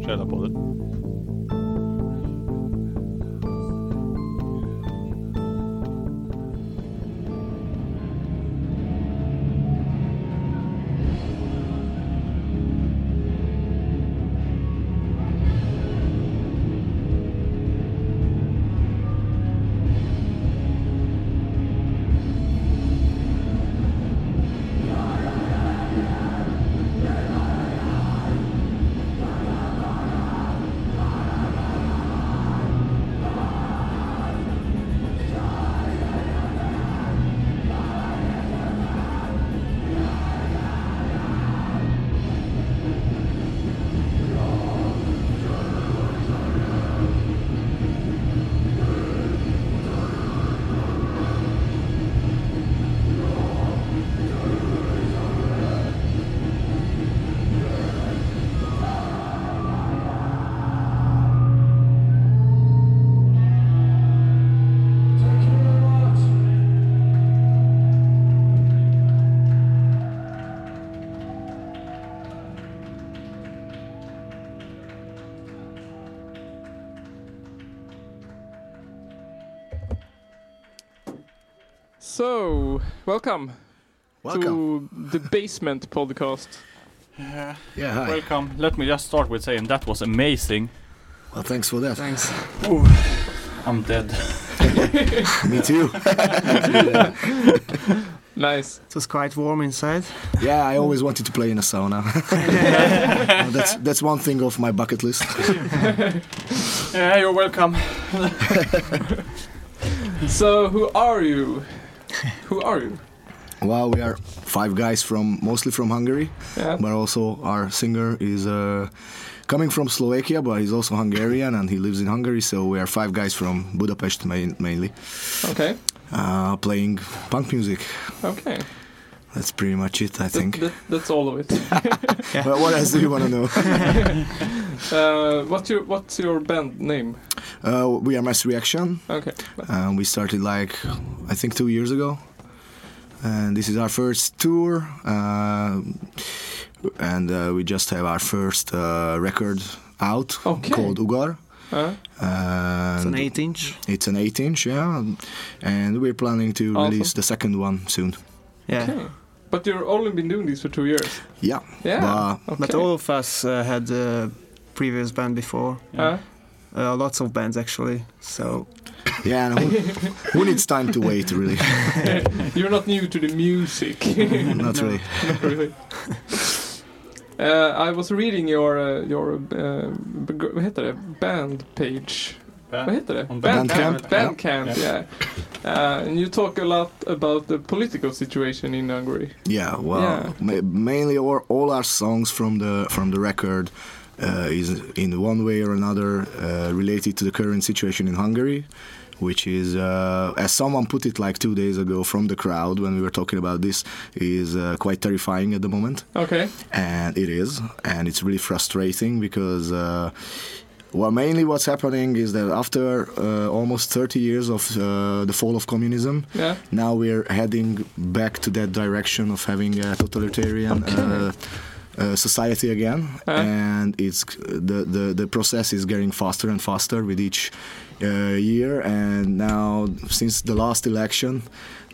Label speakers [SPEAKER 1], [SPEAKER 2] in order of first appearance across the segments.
[SPEAKER 1] Källarpodden.
[SPEAKER 2] So, welcome,
[SPEAKER 3] Welcome.
[SPEAKER 2] to the Basement Podcast.
[SPEAKER 3] yeah, hi.
[SPEAKER 1] Welcome. Let me just start with saying that was amazing.
[SPEAKER 3] Well, thanks for that.
[SPEAKER 2] Thanks.
[SPEAKER 1] I'm dead.
[SPEAKER 3] Me too.
[SPEAKER 2] Nice.
[SPEAKER 4] It was quite warm inside.
[SPEAKER 3] yeah, I always wanted to play in a sauna. Well, that's that's one thing off my bucket list.
[SPEAKER 1] Yeah, you're welcome.
[SPEAKER 2] So, who are you? Who are you?
[SPEAKER 3] well, we are five guys from mostly from Hungary,
[SPEAKER 2] Yeah.
[SPEAKER 3] but also our singer is uh, coming from Slovakia, but he's also Hungarian and he lives in Hungary. So we are five guys from Budapest main, mainly,
[SPEAKER 2] Okay.
[SPEAKER 3] uh, playing punk music.
[SPEAKER 2] Okay.
[SPEAKER 3] That's pretty much it, I
[SPEAKER 2] That,
[SPEAKER 3] think.
[SPEAKER 2] that, that's all of it.
[SPEAKER 3] Well, what else do you want to know?
[SPEAKER 2] Uh, what's your What's your band name?
[SPEAKER 3] Uh, we are Mass Reaction.
[SPEAKER 2] Okay.
[SPEAKER 3] Um, we started like I think two years ago, and this is our first tour, um, and uh, we just have our first uh, record out
[SPEAKER 2] Okay.
[SPEAKER 3] called Ugar.
[SPEAKER 2] Uh,
[SPEAKER 3] And
[SPEAKER 4] It's an 8 inch.
[SPEAKER 3] it's an 8 inch, yeah, and- and we're planning to
[SPEAKER 2] Awesome.
[SPEAKER 3] release the second one soon.
[SPEAKER 4] Yeah.
[SPEAKER 2] okay. But you've only been doing this for two years.
[SPEAKER 3] Yeah,
[SPEAKER 2] Yeah.
[SPEAKER 3] but
[SPEAKER 2] okay.
[SPEAKER 4] But all of us uh, had a previous band before.
[SPEAKER 2] Uh,
[SPEAKER 4] Uh, lots of bands actually. So
[SPEAKER 3] yeah, and who, who needs time to wait? Really,
[SPEAKER 2] you're not new to the music.
[SPEAKER 3] not really.
[SPEAKER 2] Not really. Uh, I was reading your uh, your uh, beg- vad heter det? Band page. Vad heter det?
[SPEAKER 1] On
[SPEAKER 3] Bandcamp.
[SPEAKER 2] Bandcamp, yeah. Uh, and you talk a lot about the political situation in Hungary.
[SPEAKER 3] Yeah, well,
[SPEAKER 2] Yeah.
[SPEAKER 3] Ma- mainly all, all our songs from the from the record uh, is in one way or another uh, related to the current situation in Hungary, which is, uh, as someone put it like two days ago from the crowd when we were talking about this, is uh, quite terrifying at the moment
[SPEAKER 2] Okay.
[SPEAKER 3] and it is and it's really frustrating because uh, well mainly what's happening is that after uh, almost 30 years of uh, the fall of communism
[SPEAKER 2] Yeah.
[SPEAKER 3] now we're heading back to that direction of having a totalitarian uh, uh, society again,
[SPEAKER 2] Uh.
[SPEAKER 3] and it's the, the the process is getting faster and faster with each uh, year. And now, since the last election,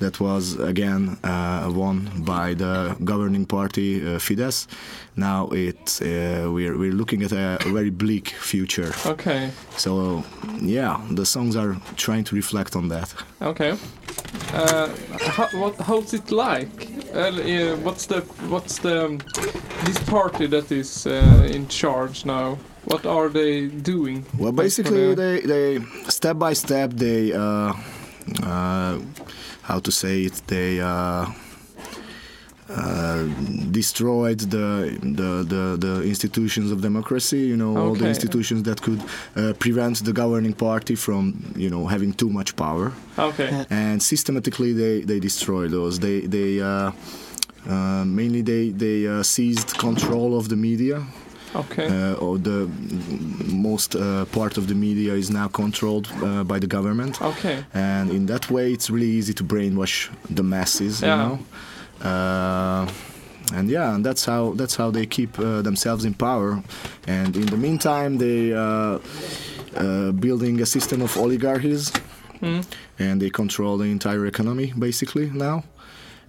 [SPEAKER 3] that was again uh, won by the governing party uh, Fidesz, now it's uh, we're we're looking at a very bleak future.
[SPEAKER 2] Okay.
[SPEAKER 3] So yeah, the songs are trying to reflect on that.
[SPEAKER 2] Okay. Uh, how, what, how's it like? Uh, uh, what's the what's the um, this party that is uh, in charge now? What are they doing?
[SPEAKER 3] Well, basically, they, they step by step they uh, uh, how to say it they uh, uh, destroyed the, the the the institutions of democracy. You know, all the
[SPEAKER 2] Okay.
[SPEAKER 3] institutions that could uh, prevent the governing party from you know having too much power
[SPEAKER 2] Okay.
[SPEAKER 3] and systematically they, they destroy those. They they uh, uh, mainly they they uh, seized control of the media.
[SPEAKER 2] Okay.
[SPEAKER 3] Uh, or the mm, most uh, part of the media is now controlled uh, by the government,
[SPEAKER 2] Okay.
[SPEAKER 3] and in that way, it's really easy to brainwash the masses.
[SPEAKER 2] Yeah.
[SPEAKER 3] You know, uh, and yeah, and that's how that's how they keep uh, themselves in power. And in the meantime, they uh, uh, building a system of oligarchies,
[SPEAKER 2] Mm.
[SPEAKER 3] and they control the entire economy basically now.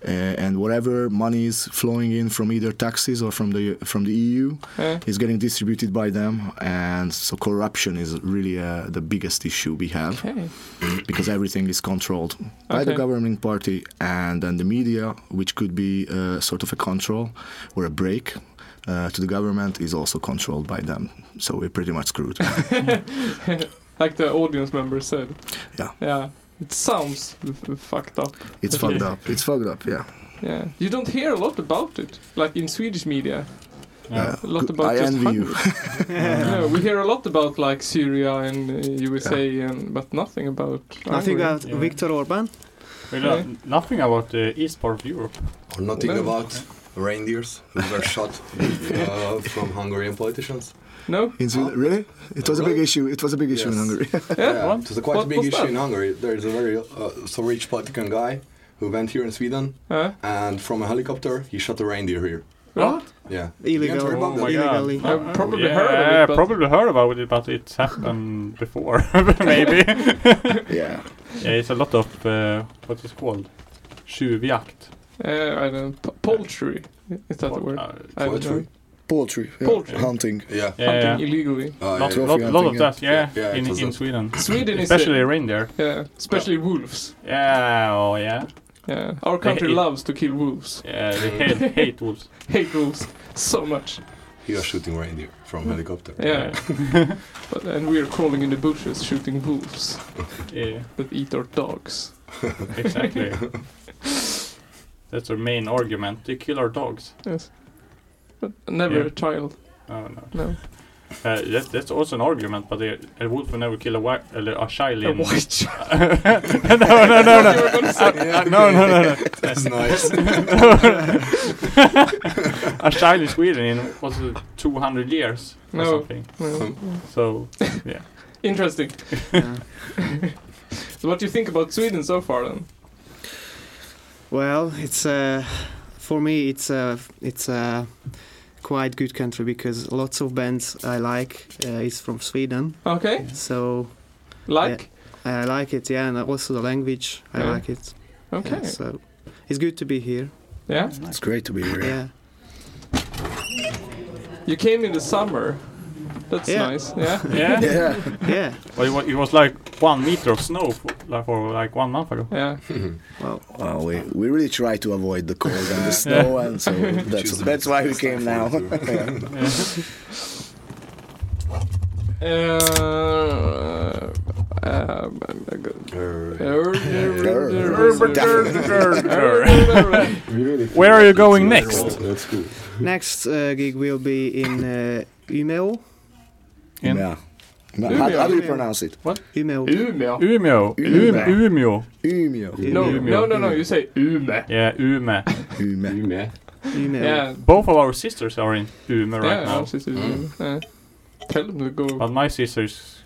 [SPEAKER 3] Uh, and whatever money is flowing in from either taxes or from the from the E EU
[SPEAKER 2] Yeah.
[SPEAKER 3] is getting distributed by them, and so corruption is really uh, the biggest issue we have
[SPEAKER 2] Okay.
[SPEAKER 3] because everything is controlled by the
[SPEAKER 2] Okay.
[SPEAKER 3] governing party and then the media, which could be uh, sort of a control or a break uh, to the government, is also controlled by them. So we're pretty much screwed.
[SPEAKER 2] like the audience member said.
[SPEAKER 3] Yeah.
[SPEAKER 2] Yeah. It sounds f- f- fucked up.
[SPEAKER 3] it's fucked up. It's fucked up. Yeah.
[SPEAKER 2] Yeah. You don't hear a lot about it, like in Swedish media.
[SPEAKER 1] Yeah.
[SPEAKER 2] A lot
[SPEAKER 3] good-
[SPEAKER 2] about
[SPEAKER 3] I
[SPEAKER 2] just
[SPEAKER 3] envy you.
[SPEAKER 2] Hungary. no, we hear a lot about like Syria and uh, USA, and but nothing about.
[SPEAKER 4] Nothing
[SPEAKER 2] Hungary.
[SPEAKER 4] about
[SPEAKER 1] Yeah.
[SPEAKER 4] Viktor Orban.
[SPEAKER 1] We know nothing about the east part of Europe.
[SPEAKER 5] Or nothing
[SPEAKER 2] No.
[SPEAKER 5] about reindeers who were shot uh, from Hungarian politicians.
[SPEAKER 2] No.
[SPEAKER 3] In Sweden, really? It was a big
[SPEAKER 5] Really?
[SPEAKER 3] issue. It was a big issue in
[SPEAKER 5] Yes.
[SPEAKER 3] Hungary.
[SPEAKER 5] Yeah, it was a quite
[SPEAKER 2] What
[SPEAKER 5] a big
[SPEAKER 2] was
[SPEAKER 5] issue
[SPEAKER 2] that?
[SPEAKER 5] in Hungary. There is a very uh, so rich political guy who went here in Sweden
[SPEAKER 2] Huh?
[SPEAKER 5] and from a helicopter he shot a reindeer here.
[SPEAKER 2] What?
[SPEAKER 5] Yeah.
[SPEAKER 4] Illegal.
[SPEAKER 5] Yes,
[SPEAKER 1] Oh my
[SPEAKER 5] Republic.
[SPEAKER 4] illegally.
[SPEAKER 1] god.
[SPEAKER 2] I've probably
[SPEAKER 1] yeah,
[SPEAKER 2] heard of it, but-
[SPEAKER 1] probably heard about it, but it's happened before, maybe.
[SPEAKER 3] yeah.
[SPEAKER 1] yeah, it's a lot of uh, what is called tjuvjakt.
[SPEAKER 2] Uh, I don't. P- poultry. Is that the word?
[SPEAKER 1] Uh,
[SPEAKER 2] I don't know.
[SPEAKER 5] Poultry.
[SPEAKER 3] Poultry.
[SPEAKER 2] yeah. Poultry.
[SPEAKER 3] Hunting.
[SPEAKER 5] Yeah.
[SPEAKER 1] yeah,
[SPEAKER 2] Hunting illegally.
[SPEAKER 5] Uh,
[SPEAKER 1] lot,
[SPEAKER 5] yeah.
[SPEAKER 1] lot, lot of that. Yeah,
[SPEAKER 5] Yeah, it
[SPEAKER 1] in,
[SPEAKER 5] was
[SPEAKER 1] in
[SPEAKER 5] a-
[SPEAKER 1] Sweden,
[SPEAKER 2] Sweden is a-
[SPEAKER 1] especially reindeer.
[SPEAKER 2] Yeah. Especially wolves.
[SPEAKER 1] Yeah, oh yeah,
[SPEAKER 2] Yeah. Our country
[SPEAKER 1] Hey.
[SPEAKER 2] loves to kill wolves.
[SPEAKER 1] yeah. They hate, hate wolves.
[SPEAKER 2] Hate wolves so much.
[SPEAKER 5] He was shooting reindeer from helicopter.
[SPEAKER 2] Yeah. But, and we are crawling in the bushes shooting wolves
[SPEAKER 1] yeah,
[SPEAKER 2] that eat our dogs.
[SPEAKER 1] exactly. That's their main argument. They kill our dogs.
[SPEAKER 2] Yes. But never
[SPEAKER 1] Yeah.
[SPEAKER 2] a child.
[SPEAKER 1] Oh no.
[SPEAKER 2] No.
[SPEAKER 1] Uh, that, that's also an argument, but they, a wolf will never kill a, wi- a, a child. in-
[SPEAKER 2] child.
[SPEAKER 1] no, no, no, no.
[SPEAKER 2] You were gonna say-
[SPEAKER 1] Uh, no, no, no, no.
[SPEAKER 5] That's nice.
[SPEAKER 1] a child in Sweden in was it 200 years or
[SPEAKER 2] No.
[SPEAKER 1] something.
[SPEAKER 2] Well,
[SPEAKER 1] So
[SPEAKER 2] Interesting.
[SPEAKER 4] Yeah.
[SPEAKER 2] So what do you think about Sweden so far then?
[SPEAKER 4] Well, it's uh, for me it's a it's a quite good country because lots of bands I like uh, is from Sweden,
[SPEAKER 2] Okay.
[SPEAKER 4] so
[SPEAKER 2] Like?
[SPEAKER 4] I like it. Yeah, and also the language I
[SPEAKER 2] Yeah.
[SPEAKER 4] like it.
[SPEAKER 2] Okay.
[SPEAKER 4] Yeah, so it's good to be here.
[SPEAKER 2] Yeah.
[SPEAKER 3] It's great to be here.
[SPEAKER 4] Yeah.
[SPEAKER 2] You came in the summer. That's
[SPEAKER 4] Yeah.
[SPEAKER 2] nice. Yeah.
[SPEAKER 1] yeah,
[SPEAKER 3] Yeah.
[SPEAKER 4] Yeah.
[SPEAKER 1] Well, it, was, it was like one meter of snow for like, for like one month ago.
[SPEAKER 2] Yeah.
[SPEAKER 4] Well,
[SPEAKER 3] Well, we, we really try to avoid the cold and the snow, and so that's,
[SPEAKER 5] Choose the
[SPEAKER 3] that's why we
[SPEAKER 5] best
[SPEAKER 3] came now.
[SPEAKER 5] time for it to-
[SPEAKER 2] Uh, uh,
[SPEAKER 5] Uh,
[SPEAKER 1] Where are you going next?
[SPEAKER 5] That's cool.
[SPEAKER 4] next uh, gig will be in uh, Umeå.
[SPEAKER 1] In-
[SPEAKER 3] Yeah. How, how do you
[SPEAKER 4] Umeå.
[SPEAKER 3] pronounce it?
[SPEAKER 4] Umeå.
[SPEAKER 2] Umeå.
[SPEAKER 1] Umeå.
[SPEAKER 3] Umeå.
[SPEAKER 1] Um- Umeå.
[SPEAKER 3] Umeå.
[SPEAKER 2] No,
[SPEAKER 1] Umeå.
[SPEAKER 2] no, no, no. You say Ume.
[SPEAKER 1] Yeah, Umeå.
[SPEAKER 3] Umeå.
[SPEAKER 4] Umeå.
[SPEAKER 2] Yeah.
[SPEAKER 1] Both of our sisters are in Umeå right
[SPEAKER 2] yeah,
[SPEAKER 1] now, Uh,
[SPEAKER 2] our sister's Ume. Yeah. Tell them to go.
[SPEAKER 1] but my sister's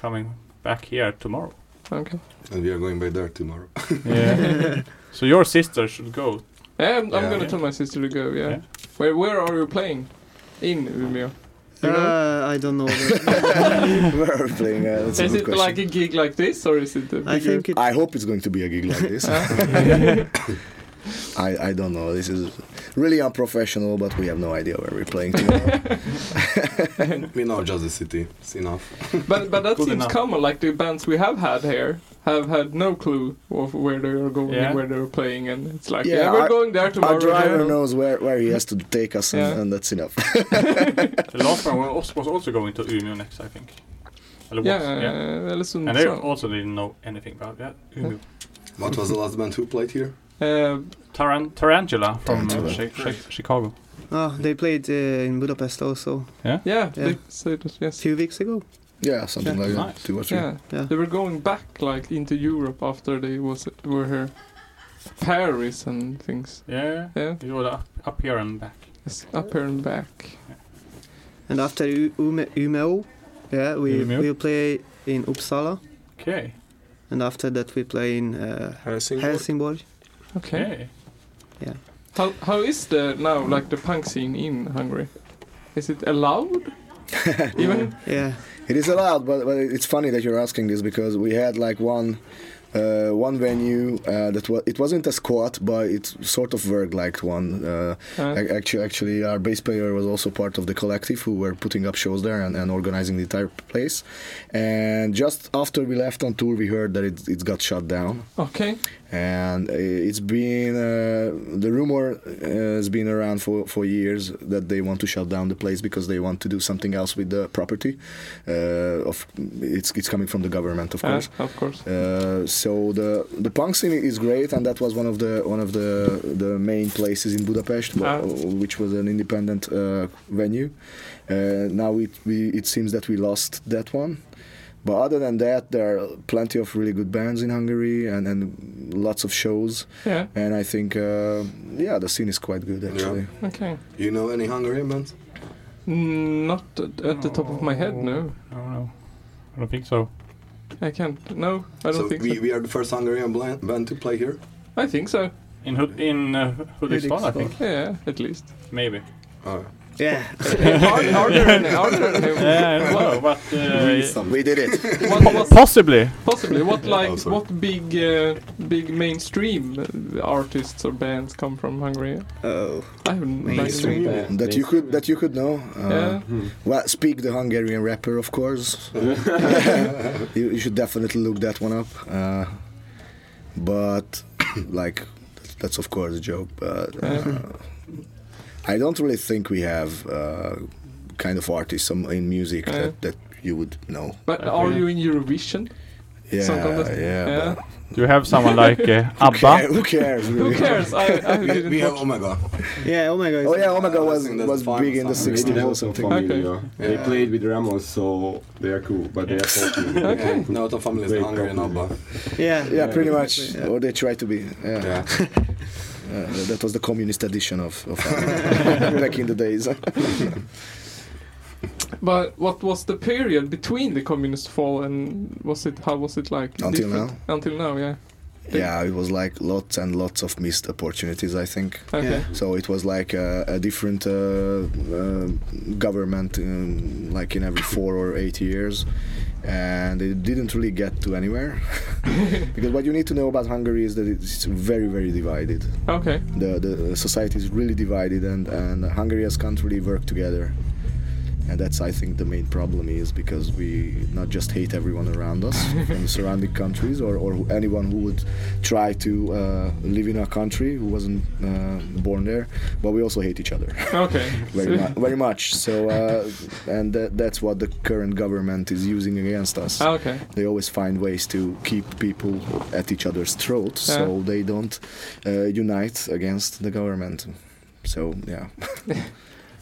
[SPEAKER 1] coming back here tomorrow.
[SPEAKER 2] Okay.
[SPEAKER 5] And we are going by there tomorrow.
[SPEAKER 1] Yeah. so your sister should go.
[SPEAKER 2] Yeah, I'm, I'm
[SPEAKER 5] Yeah.
[SPEAKER 2] gonna tell my sister to go. Yeah.
[SPEAKER 1] Yeah.
[SPEAKER 2] Where Where are you playing? In Umeå. You know?
[SPEAKER 4] Uh, I don't know. the-
[SPEAKER 3] Where are we playing? Uh, that's a
[SPEAKER 2] is
[SPEAKER 3] good
[SPEAKER 2] it
[SPEAKER 3] question.
[SPEAKER 2] like a gig like this, or is it a
[SPEAKER 4] I
[SPEAKER 2] bigger-
[SPEAKER 4] think it.
[SPEAKER 3] I hope it's going to be a gig like this.
[SPEAKER 2] Huh?
[SPEAKER 3] I, I don't know. This is really unprofessional, but we have no idea where we're playing tomorrow.
[SPEAKER 5] We know just the city. It's enough.
[SPEAKER 2] but but that
[SPEAKER 1] Good
[SPEAKER 2] seems
[SPEAKER 1] enough.
[SPEAKER 2] common. Like the bands we have had here have had no clue of where they are going
[SPEAKER 1] Yeah.
[SPEAKER 2] and where they are playing, and it's like yeah,
[SPEAKER 3] Yeah,
[SPEAKER 2] we're
[SPEAKER 3] our-
[SPEAKER 2] going there tomorrow.
[SPEAKER 3] Our driver
[SPEAKER 2] yeah.
[SPEAKER 3] knows where, where he has to take us, and,
[SPEAKER 2] Yeah.
[SPEAKER 3] and that's enough.
[SPEAKER 1] The last one was was also going to Umeå next, I think. Eller was,
[SPEAKER 2] Yeah, uh, listen.
[SPEAKER 1] And they
[SPEAKER 2] so-
[SPEAKER 1] also didn't know anything about that. Umeå.
[SPEAKER 5] What was the last band who played here?
[SPEAKER 2] uh,
[SPEAKER 1] Taran- Tarantula from uh,
[SPEAKER 3] Tarantula.
[SPEAKER 1] Chi- Chi- Chicago.
[SPEAKER 4] Oh, they played uh, in Budapest also
[SPEAKER 2] yeah,
[SPEAKER 4] Yeah.
[SPEAKER 2] they said that
[SPEAKER 4] a
[SPEAKER 2] yes.
[SPEAKER 4] few weeks ago.
[SPEAKER 3] yeah, something like
[SPEAKER 1] Nice.
[SPEAKER 3] that. Two or three.
[SPEAKER 2] Yeah.
[SPEAKER 4] Yeah.
[SPEAKER 2] they were going back like into Europe after they was were here, Paris and things.
[SPEAKER 1] Yeah.
[SPEAKER 2] Yeah,
[SPEAKER 1] It was up, up here and back.
[SPEAKER 2] it's up here and back.
[SPEAKER 4] And after U- Ume- Umeå, yeah, we
[SPEAKER 1] Umeå.
[SPEAKER 4] will play in Uppsala,
[SPEAKER 1] Okay.
[SPEAKER 4] and after that we play in uh,
[SPEAKER 5] Helsingborg.
[SPEAKER 4] Helsingborg.
[SPEAKER 2] Okay.
[SPEAKER 1] Okay.
[SPEAKER 4] Yeah.
[SPEAKER 2] How, how is the now like the punk scene in Hungary? Is it allowed? Even
[SPEAKER 4] Yeah.
[SPEAKER 3] It is allowed, but, but it's funny that you're asking this because we had like one uh, one venue uh, that was it wasn't a squat, but it sort of worked like one. Uh,
[SPEAKER 2] uh,
[SPEAKER 3] actually, actually, our bass player was also part of the collective who were putting up shows there and, and organizing the entire place. And just after we left on tour, we heard that it, it got shut down
[SPEAKER 2] okay,
[SPEAKER 3] and it's been uh, the rumor uh, has been around for, for years that they want to shut down the place because they want to do something else with the property uh, of it's, it's coming from the government of
[SPEAKER 2] Uh,
[SPEAKER 3] course
[SPEAKER 2] of course.
[SPEAKER 3] uh, so the the punk scene is great, and that was one of the one of the the main places in Budapest, wh-
[SPEAKER 2] Ah.
[SPEAKER 3] which was an independent uh, venue. Uh, now it we, it seems that we lost that one, but other than that, there are plenty of really good bands in Hungary and and lots of shows.
[SPEAKER 2] Yeah,
[SPEAKER 3] And I think uh, yeah, the scene is quite good actually.
[SPEAKER 2] okay.
[SPEAKER 5] You know any Hungarian bands?
[SPEAKER 2] Mm, Not at at the top of my head, no.
[SPEAKER 1] I don't know. I don't think so.
[SPEAKER 2] I can't. No, I don't
[SPEAKER 5] so
[SPEAKER 2] think
[SPEAKER 5] we,
[SPEAKER 2] so.
[SPEAKER 5] we are the first Hungarian blan- band to play here.
[SPEAKER 2] I think so.
[SPEAKER 1] In Hud- in uh, Hudiksvall, I think
[SPEAKER 2] Yeah, at least.
[SPEAKER 1] maybe.
[SPEAKER 5] Uh,
[SPEAKER 4] Yeah.
[SPEAKER 2] Are, are there any? Are there any
[SPEAKER 1] Yeah, I don't know, but uh,
[SPEAKER 5] some-
[SPEAKER 3] We did it.
[SPEAKER 2] what, what,
[SPEAKER 1] possibly.
[SPEAKER 2] possibly. What like
[SPEAKER 5] Oh, sorry.
[SPEAKER 2] what big uh, big mainstream uh, artists or bands come from Hungary?
[SPEAKER 4] Oh.
[SPEAKER 2] I haven't like,
[SPEAKER 4] Mainstream.
[SPEAKER 2] been-
[SPEAKER 3] that you could that you could know. Uh,
[SPEAKER 2] Yeah.
[SPEAKER 5] hmm.
[SPEAKER 3] Well, speak the Hungarian rapper, of course. you, you should definitely look that one up. Uh, but like, that's of course a joke. But uh, I don't really think we have uh, kind of artists some in music
[SPEAKER 2] Yeah.
[SPEAKER 3] that, that you would know.
[SPEAKER 2] But are you in Eurovision?
[SPEAKER 3] Yeah,
[SPEAKER 2] Some kind of-
[SPEAKER 3] yeah.
[SPEAKER 2] yeah.
[SPEAKER 3] but
[SPEAKER 1] Do you have someone like uh,
[SPEAKER 3] Who, care,
[SPEAKER 1] Abba?
[SPEAKER 3] who cares?
[SPEAKER 2] Who
[SPEAKER 3] Really?
[SPEAKER 2] cares? I, I
[SPEAKER 5] we,
[SPEAKER 2] didn't
[SPEAKER 5] we have
[SPEAKER 2] watch.
[SPEAKER 5] Omega.
[SPEAKER 4] Yeah. Oh my God.
[SPEAKER 3] Oh yeah, Omega
[SPEAKER 5] I
[SPEAKER 3] was
[SPEAKER 5] think that's
[SPEAKER 3] was
[SPEAKER 5] fine
[SPEAKER 3] big in the
[SPEAKER 5] or something.
[SPEAKER 6] Maybe
[SPEAKER 3] 60s
[SPEAKER 6] that
[SPEAKER 3] or
[SPEAKER 6] was a
[SPEAKER 3] something.
[SPEAKER 2] Okay.
[SPEAKER 6] familiar. They
[SPEAKER 5] Yeah.
[SPEAKER 6] played with Ramos, so they are cool, but they are talking.
[SPEAKER 2] Okay.
[SPEAKER 5] No, the family is
[SPEAKER 6] Great
[SPEAKER 5] Hungarian
[SPEAKER 6] company.
[SPEAKER 5] ABBA.
[SPEAKER 4] Yeah.
[SPEAKER 3] Yeah, pretty much.
[SPEAKER 4] Yeah.
[SPEAKER 3] Or they try to be. Yeah.
[SPEAKER 5] Yeah.
[SPEAKER 3] Uh, that was the communist edition of, of back in the days.
[SPEAKER 2] But what was the period between the communist fall and was it? How was it like?
[SPEAKER 3] Until
[SPEAKER 2] now. Until now, yeah.
[SPEAKER 3] yeah, it was like lots and lots of missed opportunities, I think.
[SPEAKER 2] Okay.
[SPEAKER 3] So it was like a, a different uh, uh, government, um, like in every four or eight years, and it didn't really get to anywhere. because what you need to know about Hungary is that it's very, very divided.
[SPEAKER 2] Okay.
[SPEAKER 3] The the society is really divided, and and Hungary has can't really work together. And that's, I think, the main problem is because we not just hate everyone around us from the surrounding countries or, or anyone who would try to uh, live in our country who wasn't uh, born there, but we also hate each other
[SPEAKER 2] Okay.
[SPEAKER 3] very, mu- very much. So, uh, and that, that's what the current government is using against us.
[SPEAKER 2] okay.
[SPEAKER 3] They always find ways to keep people at each other's throats so they don't uh, unite against the government. So, yeah.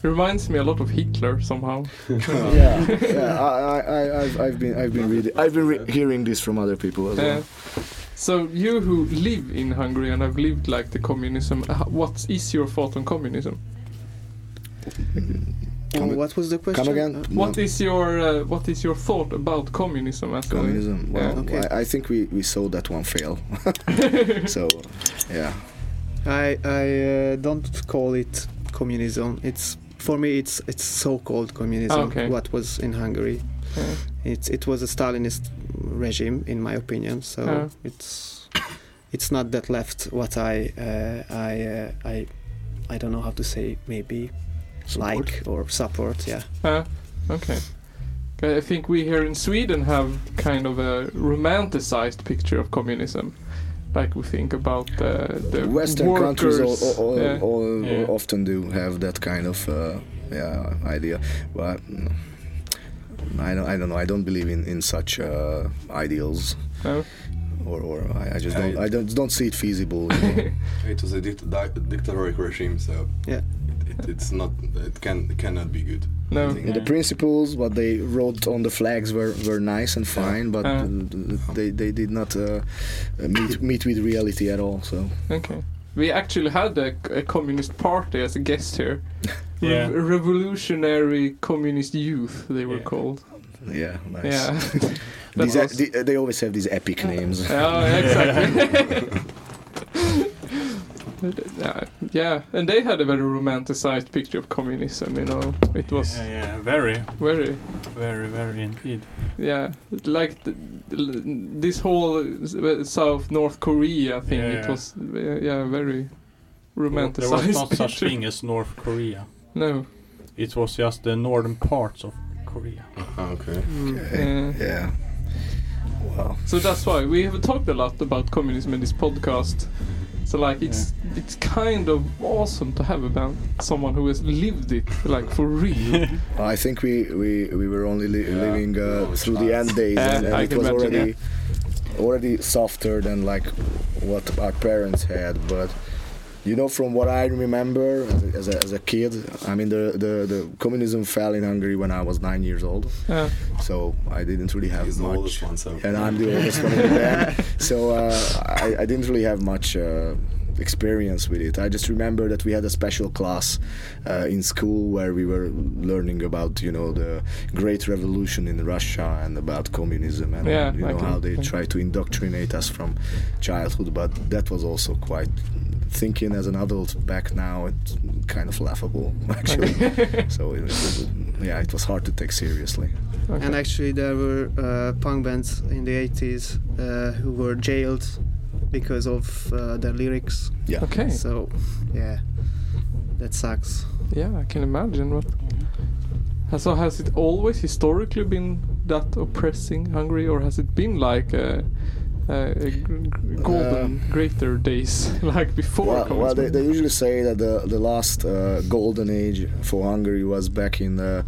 [SPEAKER 2] Reminds me a lot of Hitler somehow.
[SPEAKER 3] yeah, yeah. I, I, I, I've, I've been, I've been reading, I've been re- hearing this from other people
[SPEAKER 5] Oh,
[SPEAKER 3] as
[SPEAKER 2] Uh,
[SPEAKER 3] well.
[SPEAKER 2] so you who live in Hungary and have lived like the communism, uh, what is your thought on communism?
[SPEAKER 3] Come
[SPEAKER 4] Oh,
[SPEAKER 3] a-
[SPEAKER 4] what was the question?
[SPEAKER 3] Come again?
[SPEAKER 2] What is your uh, what is your thought about communism as a-
[SPEAKER 3] communism? Well,
[SPEAKER 2] Yeah.
[SPEAKER 4] Okay.
[SPEAKER 3] I, I think we, we saw that one fail. so, yeah,
[SPEAKER 4] I I uh, don't call it communism. It's for me it's it's so-called communism.
[SPEAKER 2] Okay.
[SPEAKER 4] What was in Hungary?
[SPEAKER 2] Yeah.
[SPEAKER 4] It's it was a Stalinist regime in my opinion. So
[SPEAKER 2] Yeah.
[SPEAKER 4] it's it's not that left. What I uh, I uh, I I don't know how to say maybe like or support. Yeah.
[SPEAKER 2] Uh, okay. 'Kay, I think we here in Sweden have kind of a romanticized picture of communism. Like we think about uh, the
[SPEAKER 3] Western
[SPEAKER 2] workers.
[SPEAKER 3] countries all, all,
[SPEAKER 2] yeah.
[SPEAKER 3] all,
[SPEAKER 1] Yeah.
[SPEAKER 3] often do have that kind of uh, yeah idea, but mm, I don't, I don't know. I don't believe in in such uh, ideals,
[SPEAKER 2] No?
[SPEAKER 3] or, or I, I just don't,
[SPEAKER 5] I-
[SPEAKER 3] I don't don't see it feasible. you know.
[SPEAKER 5] It was a dict- di- dictatorial regime, so
[SPEAKER 4] Yeah.
[SPEAKER 5] it, it, it's not. It can it cannot be good.
[SPEAKER 2] No.
[SPEAKER 5] I think.
[SPEAKER 3] The principles, what they wrote on the flags, were, were nice and fine, but
[SPEAKER 2] Yeah. Uh-huh.
[SPEAKER 3] uh, they, they did not uh, meet, meet with reality at all. So
[SPEAKER 2] Okay. We actually had a, a communist party as a guest here. Re-
[SPEAKER 1] Yeah.
[SPEAKER 2] Revolutionary Communist Youth, they were
[SPEAKER 1] Yeah.
[SPEAKER 2] called.
[SPEAKER 3] yeah, nice.
[SPEAKER 2] Yeah. That
[SPEAKER 3] These, e-
[SPEAKER 2] was-
[SPEAKER 3] the- they always have these epic names.
[SPEAKER 2] Yeah, exactly. Uh, yeah, and they had a very romanticized picture of communism, you know. It was
[SPEAKER 1] Yeah, yeah, very,
[SPEAKER 2] very,
[SPEAKER 1] very, very indeed.
[SPEAKER 2] yeah, like th- this whole s- South North Korea thing. It
[SPEAKER 1] Yeah.
[SPEAKER 2] was, uh, yeah, very romanticized.
[SPEAKER 1] There was not
[SPEAKER 2] picture.
[SPEAKER 1] such thing as North Korea.
[SPEAKER 2] No.
[SPEAKER 1] It was just the northern parts of Korea.
[SPEAKER 6] Ah,
[SPEAKER 5] Okay.
[SPEAKER 4] Mm.
[SPEAKER 2] Yeah.
[SPEAKER 3] Yeah. Wow.
[SPEAKER 2] So that's why we have talked a lot about communism in this podcast. So like it's it's kind of awesome to have about someone who has lived it like for real.
[SPEAKER 3] I think we we, we were only li-
[SPEAKER 6] Yeah.
[SPEAKER 3] living uh,
[SPEAKER 6] Oh,
[SPEAKER 3] through the
[SPEAKER 6] nice.
[SPEAKER 3] end days,
[SPEAKER 2] Uh,
[SPEAKER 3] and, and
[SPEAKER 2] I
[SPEAKER 3] it
[SPEAKER 2] can
[SPEAKER 3] was
[SPEAKER 2] imagine,
[SPEAKER 3] already already softer than like what our parents had. But you know, from what I remember as a, as a, as a kid, I mean, the, the the communism fell in Hungary when I was nine years old,
[SPEAKER 2] Yeah.
[SPEAKER 3] so I didn't really have
[SPEAKER 5] He's the
[SPEAKER 3] much.
[SPEAKER 5] oldest one, so.
[SPEAKER 3] and I'm the oldest one in the band. So uh, I, I didn't really have much uh, experience with it. I just remember that we had a special class uh, in school where we were learning about, you know, the Great Revolution in Russia and about communism and
[SPEAKER 2] Yeah,
[SPEAKER 3] you
[SPEAKER 2] I
[SPEAKER 3] know
[SPEAKER 2] can
[SPEAKER 3] how they
[SPEAKER 2] think.
[SPEAKER 3] try to indoctrinate us from childhood. But that was also quite. Thinking as an adult back now, it's kind of laughable actually. so it was, yeah, it was hard to take seriously.
[SPEAKER 2] Okay.
[SPEAKER 4] And actually, there were uh, punk bands in the 80s uh, who were jailed because of uh, their lyrics.
[SPEAKER 3] Yeah.
[SPEAKER 2] okay.
[SPEAKER 4] So, yeah, that sucks.
[SPEAKER 2] Yeah, I can imagine. What? So has it always historically been that oppressing Hungary, or has it been like a, a, a g- g- golden greater days like before?
[SPEAKER 3] Um, Well, well they,
[SPEAKER 2] communism?
[SPEAKER 3] they usually say that the, the last uh, golden age for Hungary was back in the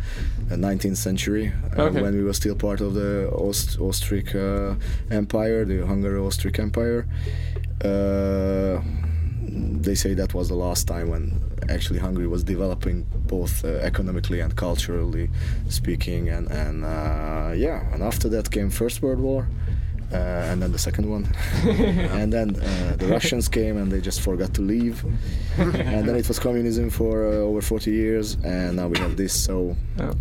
[SPEAKER 3] uh, 19th century uh,
[SPEAKER 2] Okay.
[SPEAKER 3] when we were still part of the Aust- Austric uh, Empire, the Hungary-Austric Empire. Uh, they say that was the last time when actually Hungary was developing both uh, economically and culturally speaking, and and uh, yeah, and after that came First World War, uh, and then the second one, and then uh, the Russians came and they just forgot to leave, and then it was communism for uh, over 40 years, and now we have this. So
[SPEAKER 2] Yeah.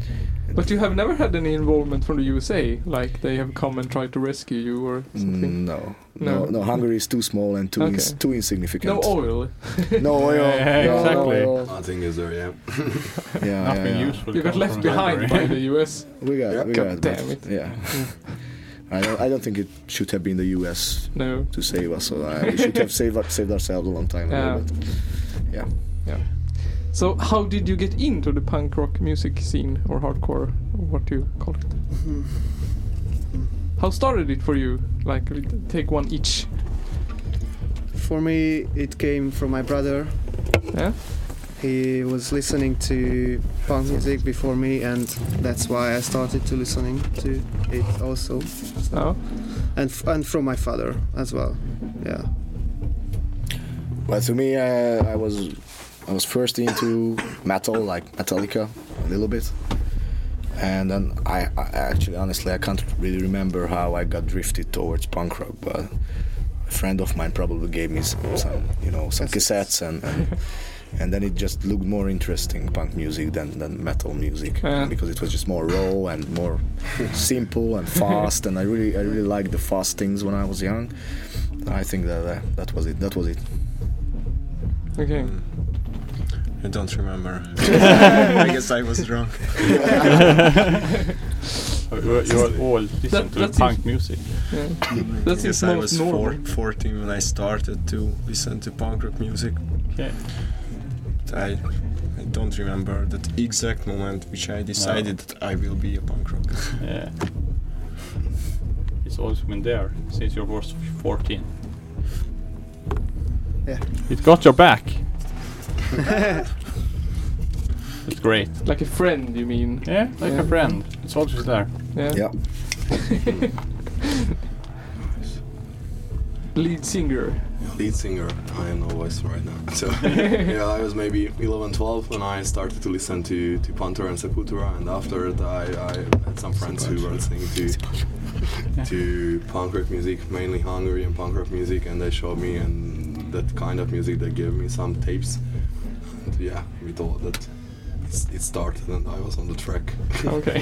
[SPEAKER 2] But you have never had any involvement from the USA, like they have come and tried to rescue you or something.
[SPEAKER 3] mm, no,
[SPEAKER 2] No.
[SPEAKER 3] no, no, Hungary is too small and too ins-
[SPEAKER 2] Okay.
[SPEAKER 3] too insignificant.
[SPEAKER 2] No oil.
[SPEAKER 3] no oil,
[SPEAKER 1] Yeah,
[SPEAKER 3] no
[SPEAKER 1] exactly.
[SPEAKER 3] oil.
[SPEAKER 5] Nothing is there, yeah.
[SPEAKER 3] Yeah, yeah,
[SPEAKER 1] Nothing
[SPEAKER 3] yeah.
[SPEAKER 1] useful.
[SPEAKER 2] You got
[SPEAKER 1] comes
[SPEAKER 2] left
[SPEAKER 1] from
[SPEAKER 2] behind by
[SPEAKER 1] Hungary.
[SPEAKER 2] the US.
[SPEAKER 3] We got, we
[SPEAKER 2] God
[SPEAKER 3] got,
[SPEAKER 2] damn
[SPEAKER 3] but-
[SPEAKER 2] it.
[SPEAKER 3] Yeah. I don't, I don't think it should have been the U.S.
[SPEAKER 2] No.
[SPEAKER 3] to save us. So uh, we should have saved, our- saved ourselves a long time
[SPEAKER 2] Yeah.
[SPEAKER 3] ago. But yeah.
[SPEAKER 2] So how did you get into the punk rock music scene or hardcore, or what do you call it? How started it for you? Like we t- take one each.
[SPEAKER 4] For me, it came from my brother.
[SPEAKER 2] Yeah.
[SPEAKER 4] He was listening to punk music before me, and that's why I started to listening to it also,
[SPEAKER 2] No.
[SPEAKER 4] and f- and from my father as well. Yeah.
[SPEAKER 3] Well, to me, uh, I was I was first into metal, like Metallica, a little bit, and then I, I actually, honestly, I can't really remember how I got drifted towards punk rock, but a friend of mine probably gave me some, some you know, some cassettes, and, and and then it just looked more interesting punk music than than metal music
[SPEAKER 2] Yeah.
[SPEAKER 3] because it was just more raw and more simple and fast, and I really I really liked the fast things when I was young. I think that uh, that was it. That was it.
[SPEAKER 2] Okay.
[SPEAKER 5] I don't remember. I guess I was drunk.
[SPEAKER 1] You, you all listen
[SPEAKER 2] That-
[SPEAKER 1] to
[SPEAKER 2] that
[SPEAKER 1] punk
[SPEAKER 2] seems-
[SPEAKER 1] music.
[SPEAKER 2] Yeah. That seems
[SPEAKER 7] Yes, I was
[SPEAKER 2] most normal.
[SPEAKER 7] four, 14 when I started to listen to punk rock music.
[SPEAKER 1] Okay.
[SPEAKER 7] I, I don't remember that exact moment which I decided that I will be a punk rocker.
[SPEAKER 1] Yeah. It's always been there since you were 14.
[SPEAKER 4] Yeah.
[SPEAKER 1] It got your back. It's great.
[SPEAKER 2] Like a friend, you mean?
[SPEAKER 1] Yeah, like
[SPEAKER 2] Yeah.
[SPEAKER 1] a friend. It's always there.
[SPEAKER 2] Yeah.
[SPEAKER 3] Yeah.
[SPEAKER 2] Lead singer.
[SPEAKER 5] Lead singer. I am no voice right now. So yeah, I was maybe 11, 12 when I started to listen to to Pantera and Sepultura, and after that I, I had some friends who were listening to to punk rock music, mainly Hungarian punk rock music, and they showed me and that kind of music. They gave me some tapes. And yeah, we thought that. it's- It started and I was on the track.
[SPEAKER 2] Okay.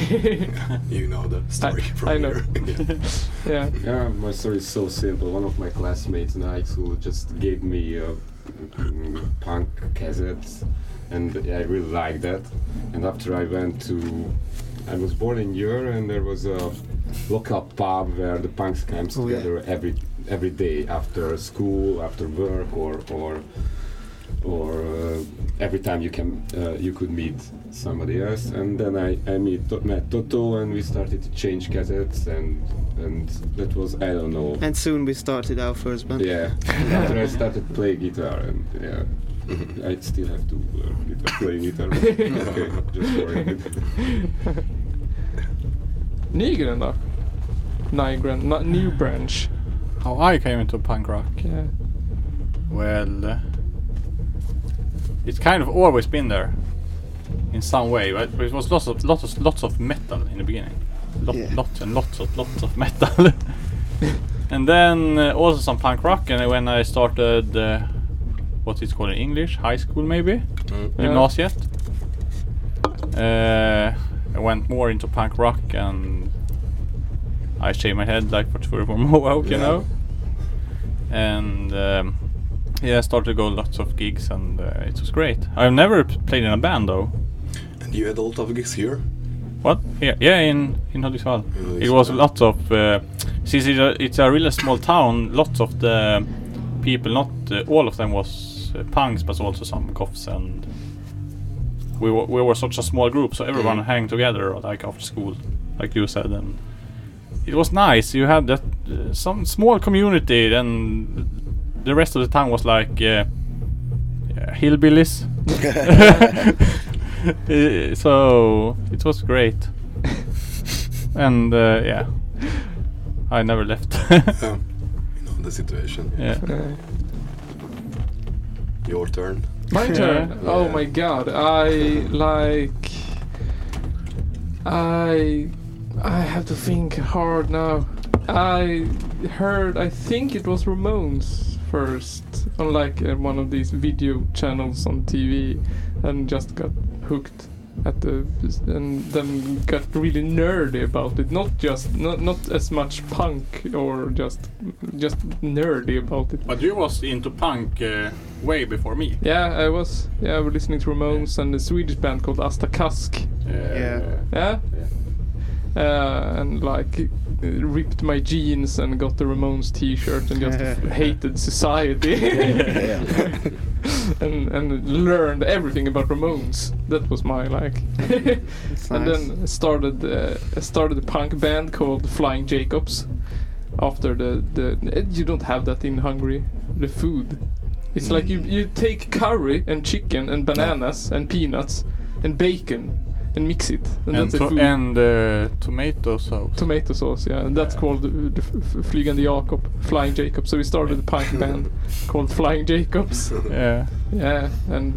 [SPEAKER 5] you know the story from
[SPEAKER 2] I know.
[SPEAKER 5] here. Yeah.
[SPEAKER 2] yeah.
[SPEAKER 6] Yeah, my story is so simple. One of my classmates in high school just gave me a mm, punk cassettes, and I really liked that. And after I went to, I was born in Europe, and there was a local pub where the punks came
[SPEAKER 4] Oh, yeah.
[SPEAKER 6] together every every day after school, after work, or or or uh, every time you can uh, you could meet somebody else and then I, I meet, met Toto and we started to change cassettes and and that was I don't know
[SPEAKER 4] And soon we started our first band.
[SPEAKER 6] yeah after I started playing guitar and yeah I still have to learn guitar, play guitar okay just for it
[SPEAKER 2] Nygren då? Nygren, not new branch.
[SPEAKER 1] How Oh, I came into punk rock?
[SPEAKER 2] Yeah.
[SPEAKER 1] Well, uh, it's kind of always been there in some way, but but it was lots of lots of lots of metal in the beginning, Lot,
[SPEAKER 4] Yeah.
[SPEAKER 1] lots and lots of lots of metal, and then uh, also some punk rock. And when I started, uh, what is it called in English, high school maybe,
[SPEAKER 5] Uh-huh. Eh.
[SPEAKER 2] Yeah.
[SPEAKER 5] Mm.
[SPEAKER 1] gymnasiet, uh, I went more into punk rock and I shaved my head like for for for Mohawk, you
[SPEAKER 5] Yeah.
[SPEAKER 1] know. And um, yeah, I started to go lots of gigs, and uh, it was great. I've never p- played in a band though.
[SPEAKER 5] And you had a lot of gigs here.
[SPEAKER 1] What? Yeah, yeah, in in Hudiksvall.
[SPEAKER 5] In
[SPEAKER 1] It was
[SPEAKER 5] Hudiksvall.
[SPEAKER 1] lots of uh, since it's a, it's a really small town. Lots of the people, not uh, all of them, was uh, punks, but also some goths and. We were, we were such a small group, so everyone hang together like after school, like you said, and it was nice. You had that uh, some small community, and the rest of the town was like uh, yeah, hillbillies. Uh, so it was great, and uh, yeah, I never left.
[SPEAKER 5] Yeah. Um, You know the situation.
[SPEAKER 1] yeah.
[SPEAKER 2] Uh,
[SPEAKER 5] Your turn.
[SPEAKER 2] My
[SPEAKER 1] Yeah.
[SPEAKER 2] turn. Oh
[SPEAKER 5] Yeah.
[SPEAKER 2] my god. I like I I have to think hard now. I heard I think it was Ramones first on like uh, one of these video channels on TV and just got hooked at the and then got really nerdy about it not just not not as much punk or just just nerdy about it
[SPEAKER 1] But you was into punk uh, way before me.
[SPEAKER 2] yeah, I was. Yeah, I was listening to Ramones and a Swedish band called Asta Kask.
[SPEAKER 1] Uh,
[SPEAKER 4] Yeah.
[SPEAKER 2] Yeah?
[SPEAKER 6] Yeah.
[SPEAKER 2] Uh, and like uh, ripped my jeans and got the Ramones t-shirt and just hated society. and and learned everything about Ramones. That was my like.
[SPEAKER 4] It's
[SPEAKER 2] and
[SPEAKER 4] nice.
[SPEAKER 2] then started uh, started a punk band called Flying Jacobs. After the the you don't have that in Hungary. The food. It's like you you take curry and chicken and bananas and peanuts and bacon and mix it
[SPEAKER 1] And,
[SPEAKER 2] and, that's the
[SPEAKER 1] to-
[SPEAKER 2] food.
[SPEAKER 1] and uh, tomato sauce.
[SPEAKER 2] Tomato sauce, yeah, and that's
[SPEAKER 1] Yeah.
[SPEAKER 2] called uh, the f- f- Flygande Jakob, Flying Jacob. So we started a punk band called Flying Jacobs,
[SPEAKER 1] yeah.
[SPEAKER 2] yeah, and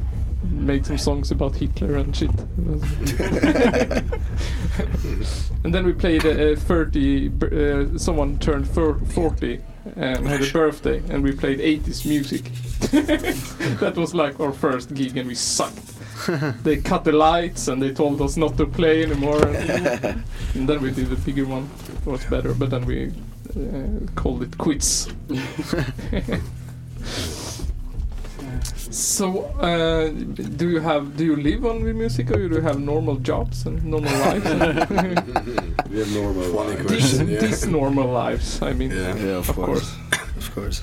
[SPEAKER 2] made some songs about Hitler and shit. and then we played uh, uh, 30. b- Uh, someone turned fir- 40 and had a birthday, and we played 80s music. that was like our first gig, and we sucked. they cut the lights, and they told us not to play anymore. And, and then we did the bigger one. It was better, but then we uh, called it quits. So, uh, do you have do you live on with music or do you have normal jobs and normal lives?
[SPEAKER 6] we have normal
[SPEAKER 5] Funny
[SPEAKER 2] these,
[SPEAKER 6] life.
[SPEAKER 5] question. Yeah.
[SPEAKER 2] these normal lives, I mean.
[SPEAKER 5] Yeah.
[SPEAKER 3] Yeah, of,
[SPEAKER 2] Of
[SPEAKER 3] course. of course.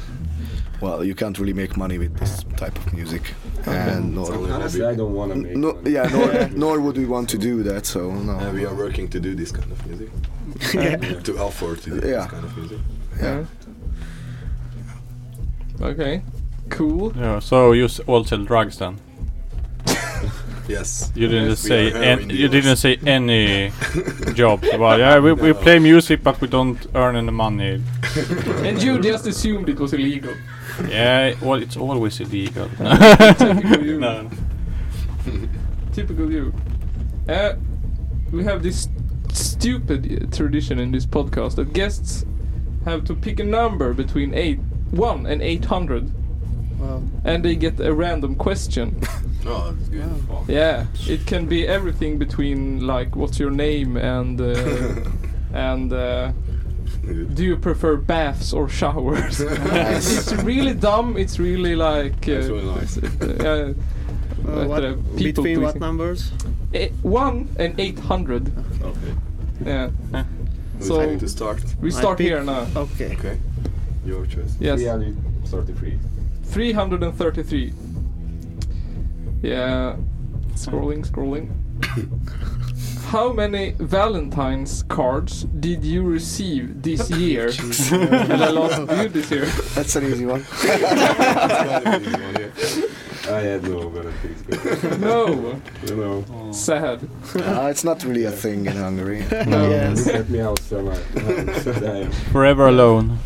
[SPEAKER 3] Well, you can't really make money with this type of music, and nor,
[SPEAKER 5] Only
[SPEAKER 6] honestly
[SPEAKER 5] hobby.
[SPEAKER 6] I don't want to make
[SPEAKER 3] no,
[SPEAKER 6] money.
[SPEAKER 3] yeah, nor, nor would we want to do that. So
[SPEAKER 5] Uh,
[SPEAKER 3] no.
[SPEAKER 5] we are working to do this kind of music. To afford to do
[SPEAKER 3] Yeah.
[SPEAKER 5] this kind of music.
[SPEAKER 2] Yeah. Okay. Cool.
[SPEAKER 1] Yeah, so you s- all sell drugs then?
[SPEAKER 5] Yes.
[SPEAKER 1] You didn't
[SPEAKER 2] Yes,
[SPEAKER 5] we
[SPEAKER 1] say
[SPEAKER 5] are heroin
[SPEAKER 1] an- you
[SPEAKER 5] dealers.
[SPEAKER 1] didn't say any job about yeah we, we play music but we don't earn any money.
[SPEAKER 2] And you just assumed it was illegal.
[SPEAKER 1] Yeah, well it's always illegal.
[SPEAKER 2] Typical you.
[SPEAKER 1] no.
[SPEAKER 2] Typical you. Uh, we have this stupid uh, tradition in this podcast that guests have to pick a number between eight, one and eight hundred,
[SPEAKER 4] Well,
[SPEAKER 2] and they get a random question.
[SPEAKER 5] Oh, that's good.
[SPEAKER 2] Yeah, it can be everything between like what's your name and uh, and uh,
[SPEAKER 5] Good.
[SPEAKER 2] Do you prefer baths or showers? it's really dumb. It's really like.
[SPEAKER 5] It's really nice.
[SPEAKER 2] uh,
[SPEAKER 4] Uh,
[SPEAKER 2] But,
[SPEAKER 4] what,
[SPEAKER 2] uh, people
[SPEAKER 4] between what
[SPEAKER 2] pleasing.
[SPEAKER 4] numbers?
[SPEAKER 2] eh, one and eight hundred.
[SPEAKER 5] Okay.
[SPEAKER 2] Yeah.
[SPEAKER 5] So I
[SPEAKER 2] So
[SPEAKER 5] need to start.
[SPEAKER 2] we start
[SPEAKER 4] pick-
[SPEAKER 2] here now.
[SPEAKER 4] Okay.
[SPEAKER 5] Okay. Your choice.
[SPEAKER 2] Yes.
[SPEAKER 6] 333.
[SPEAKER 2] 333. Yeah. Scrolling, scrolling. How many Valentine's cards did you receive this year? and I lost you this year.
[SPEAKER 8] That's an easy one.
[SPEAKER 5] That's kind of easy one, yeah.
[SPEAKER 6] I had no guarantees. but,
[SPEAKER 2] No.
[SPEAKER 6] you know,
[SPEAKER 2] Sad.
[SPEAKER 8] Uh, it's not really a thing in Hungary.
[SPEAKER 4] Yes.
[SPEAKER 6] look at me how some I, how sad I am.
[SPEAKER 1] Forever alone.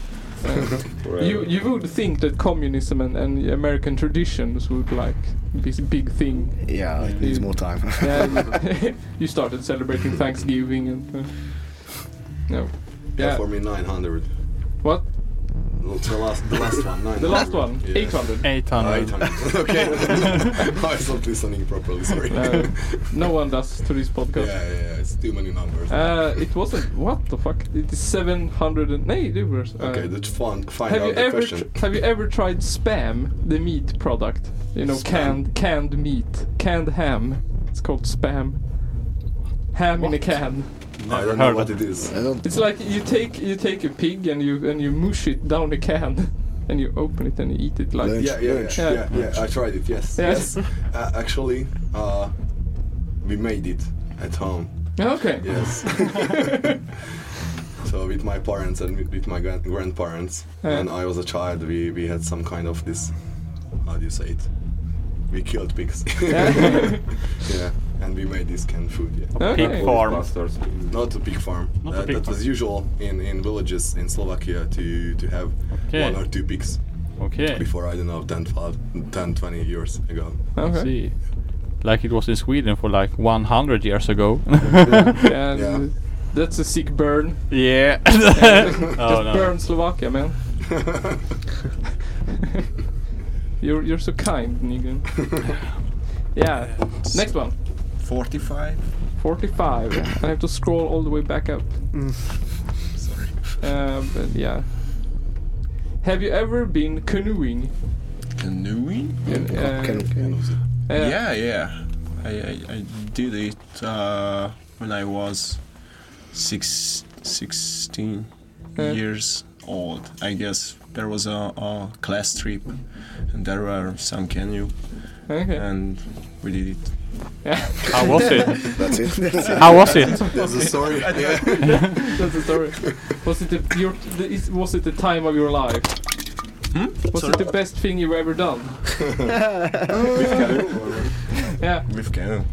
[SPEAKER 6] Well,
[SPEAKER 2] You you would think that communism and, and American traditions would like this big thing.
[SPEAKER 8] Yeah, it needs more time.
[SPEAKER 2] Yeah, you started celebrating Thanksgiving and uh, no.
[SPEAKER 5] yeah.
[SPEAKER 2] Yeah.
[SPEAKER 5] For me, 900.
[SPEAKER 2] What?
[SPEAKER 5] No, the last, the last one. 900.
[SPEAKER 2] The last one.
[SPEAKER 5] Yeah.
[SPEAKER 2] 800.
[SPEAKER 1] 800.
[SPEAKER 5] 800. okay. I was not listening properly. Sorry.
[SPEAKER 2] No, no one does to this
[SPEAKER 5] Yeah,
[SPEAKER 2] podcast.
[SPEAKER 5] yeah, yeah, it's too many numbers.
[SPEAKER 2] Uh, it wasn't. What the fuck? It is 700 and. No, they were. Uh,
[SPEAKER 5] okay, that's fun. Find
[SPEAKER 2] have
[SPEAKER 5] out
[SPEAKER 2] you
[SPEAKER 5] the
[SPEAKER 2] ever
[SPEAKER 5] question.
[SPEAKER 2] tr- have you ever tried spam, the meat product? You know,
[SPEAKER 5] Spam?
[SPEAKER 2] canned canned meat, canned ham. It's called spam. Ham in a can.
[SPEAKER 5] I
[SPEAKER 1] heard
[SPEAKER 5] don't know what
[SPEAKER 1] of
[SPEAKER 5] it is.
[SPEAKER 8] I don't.
[SPEAKER 2] It's like you take you take a pig and you and you mush it down a can, and you open it and you eat it like.
[SPEAKER 8] Lunch.
[SPEAKER 5] Yeah, yeah, yeah,
[SPEAKER 8] Lunch.
[SPEAKER 5] yeah,
[SPEAKER 2] Yeah.
[SPEAKER 5] yeah, I tried it. Yes,
[SPEAKER 2] Yes.
[SPEAKER 5] yes. Uh, actually, uh, we made it at home.
[SPEAKER 2] Okay.
[SPEAKER 5] Yes. so with my parents and with- with my grand- grandparents,
[SPEAKER 2] Yeah.
[SPEAKER 5] when I was a child, we, we had some kind of this. How do you say it? We killed pigs.
[SPEAKER 2] Yeah.
[SPEAKER 5] yeah, and we made this canned food. Yeah.
[SPEAKER 2] Okay.
[SPEAKER 1] Pig farm.
[SPEAKER 6] Bastards.
[SPEAKER 5] Not a pig farm.
[SPEAKER 1] Not a
[SPEAKER 5] that
[SPEAKER 1] pig
[SPEAKER 5] that
[SPEAKER 1] farm.
[SPEAKER 5] was usual in, in villages in Slovakia to, to have
[SPEAKER 1] Okay.
[SPEAKER 5] one or two pigs
[SPEAKER 1] Okay.
[SPEAKER 5] before, I don't know, 10, 12, 10 20 years ago.
[SPEAKER 2] Okay.
[SPEAKER 1] See. Like it was in Sweden for like 100 years ago.
[SPEAKER 2] And
[SPEAKER 5] Yeah.
[SPEAKER 2] that's a sick burn.
[SPEAKER 1] yeah.
[SPEAKER 2] Just
[SPEAKER 1] oh, no.
[SPEAKER 2] burn Slovakia, man. you're you're so kind, Negan. yeah. Next one.
[SPEAKER 7] 45?
[SPEAKER 2] 45. I have to scroll all the way back up.
[SPEAKER 7] Mm. Sorry.
[SPEAKER 2] Uh, but yeah. Have you ever been canoeing?
[SPEAKER 7] Canoeing?
[SPEAKER 2] In, uh, uh,
[SPEAKER 7] yeah, yeah. I, I, I did it uh, when I was six, 16
[SPEAKER 2] Yeah.
[SPEAKER 7] years old. I guess there was a, a class trip and there were some canoe
[SPEAKER 2] Okay.
[SPEAKER 7] and we did it.
[SPEAKER 1] How was it?
[SPEAKER 8] That's it. That's it.
[SPEAKER 1] How was it?
[SPEAKER 5] There's a story. Yeah.
[SPEAKER 2] That's the story. Was it the, your, the is, was it the time of your life?
[SPEAKER 7] Hmm?
[SPEAKER 2] Was it the best thing you've ever done? yeah.
[SPEAKER 7] With canoe.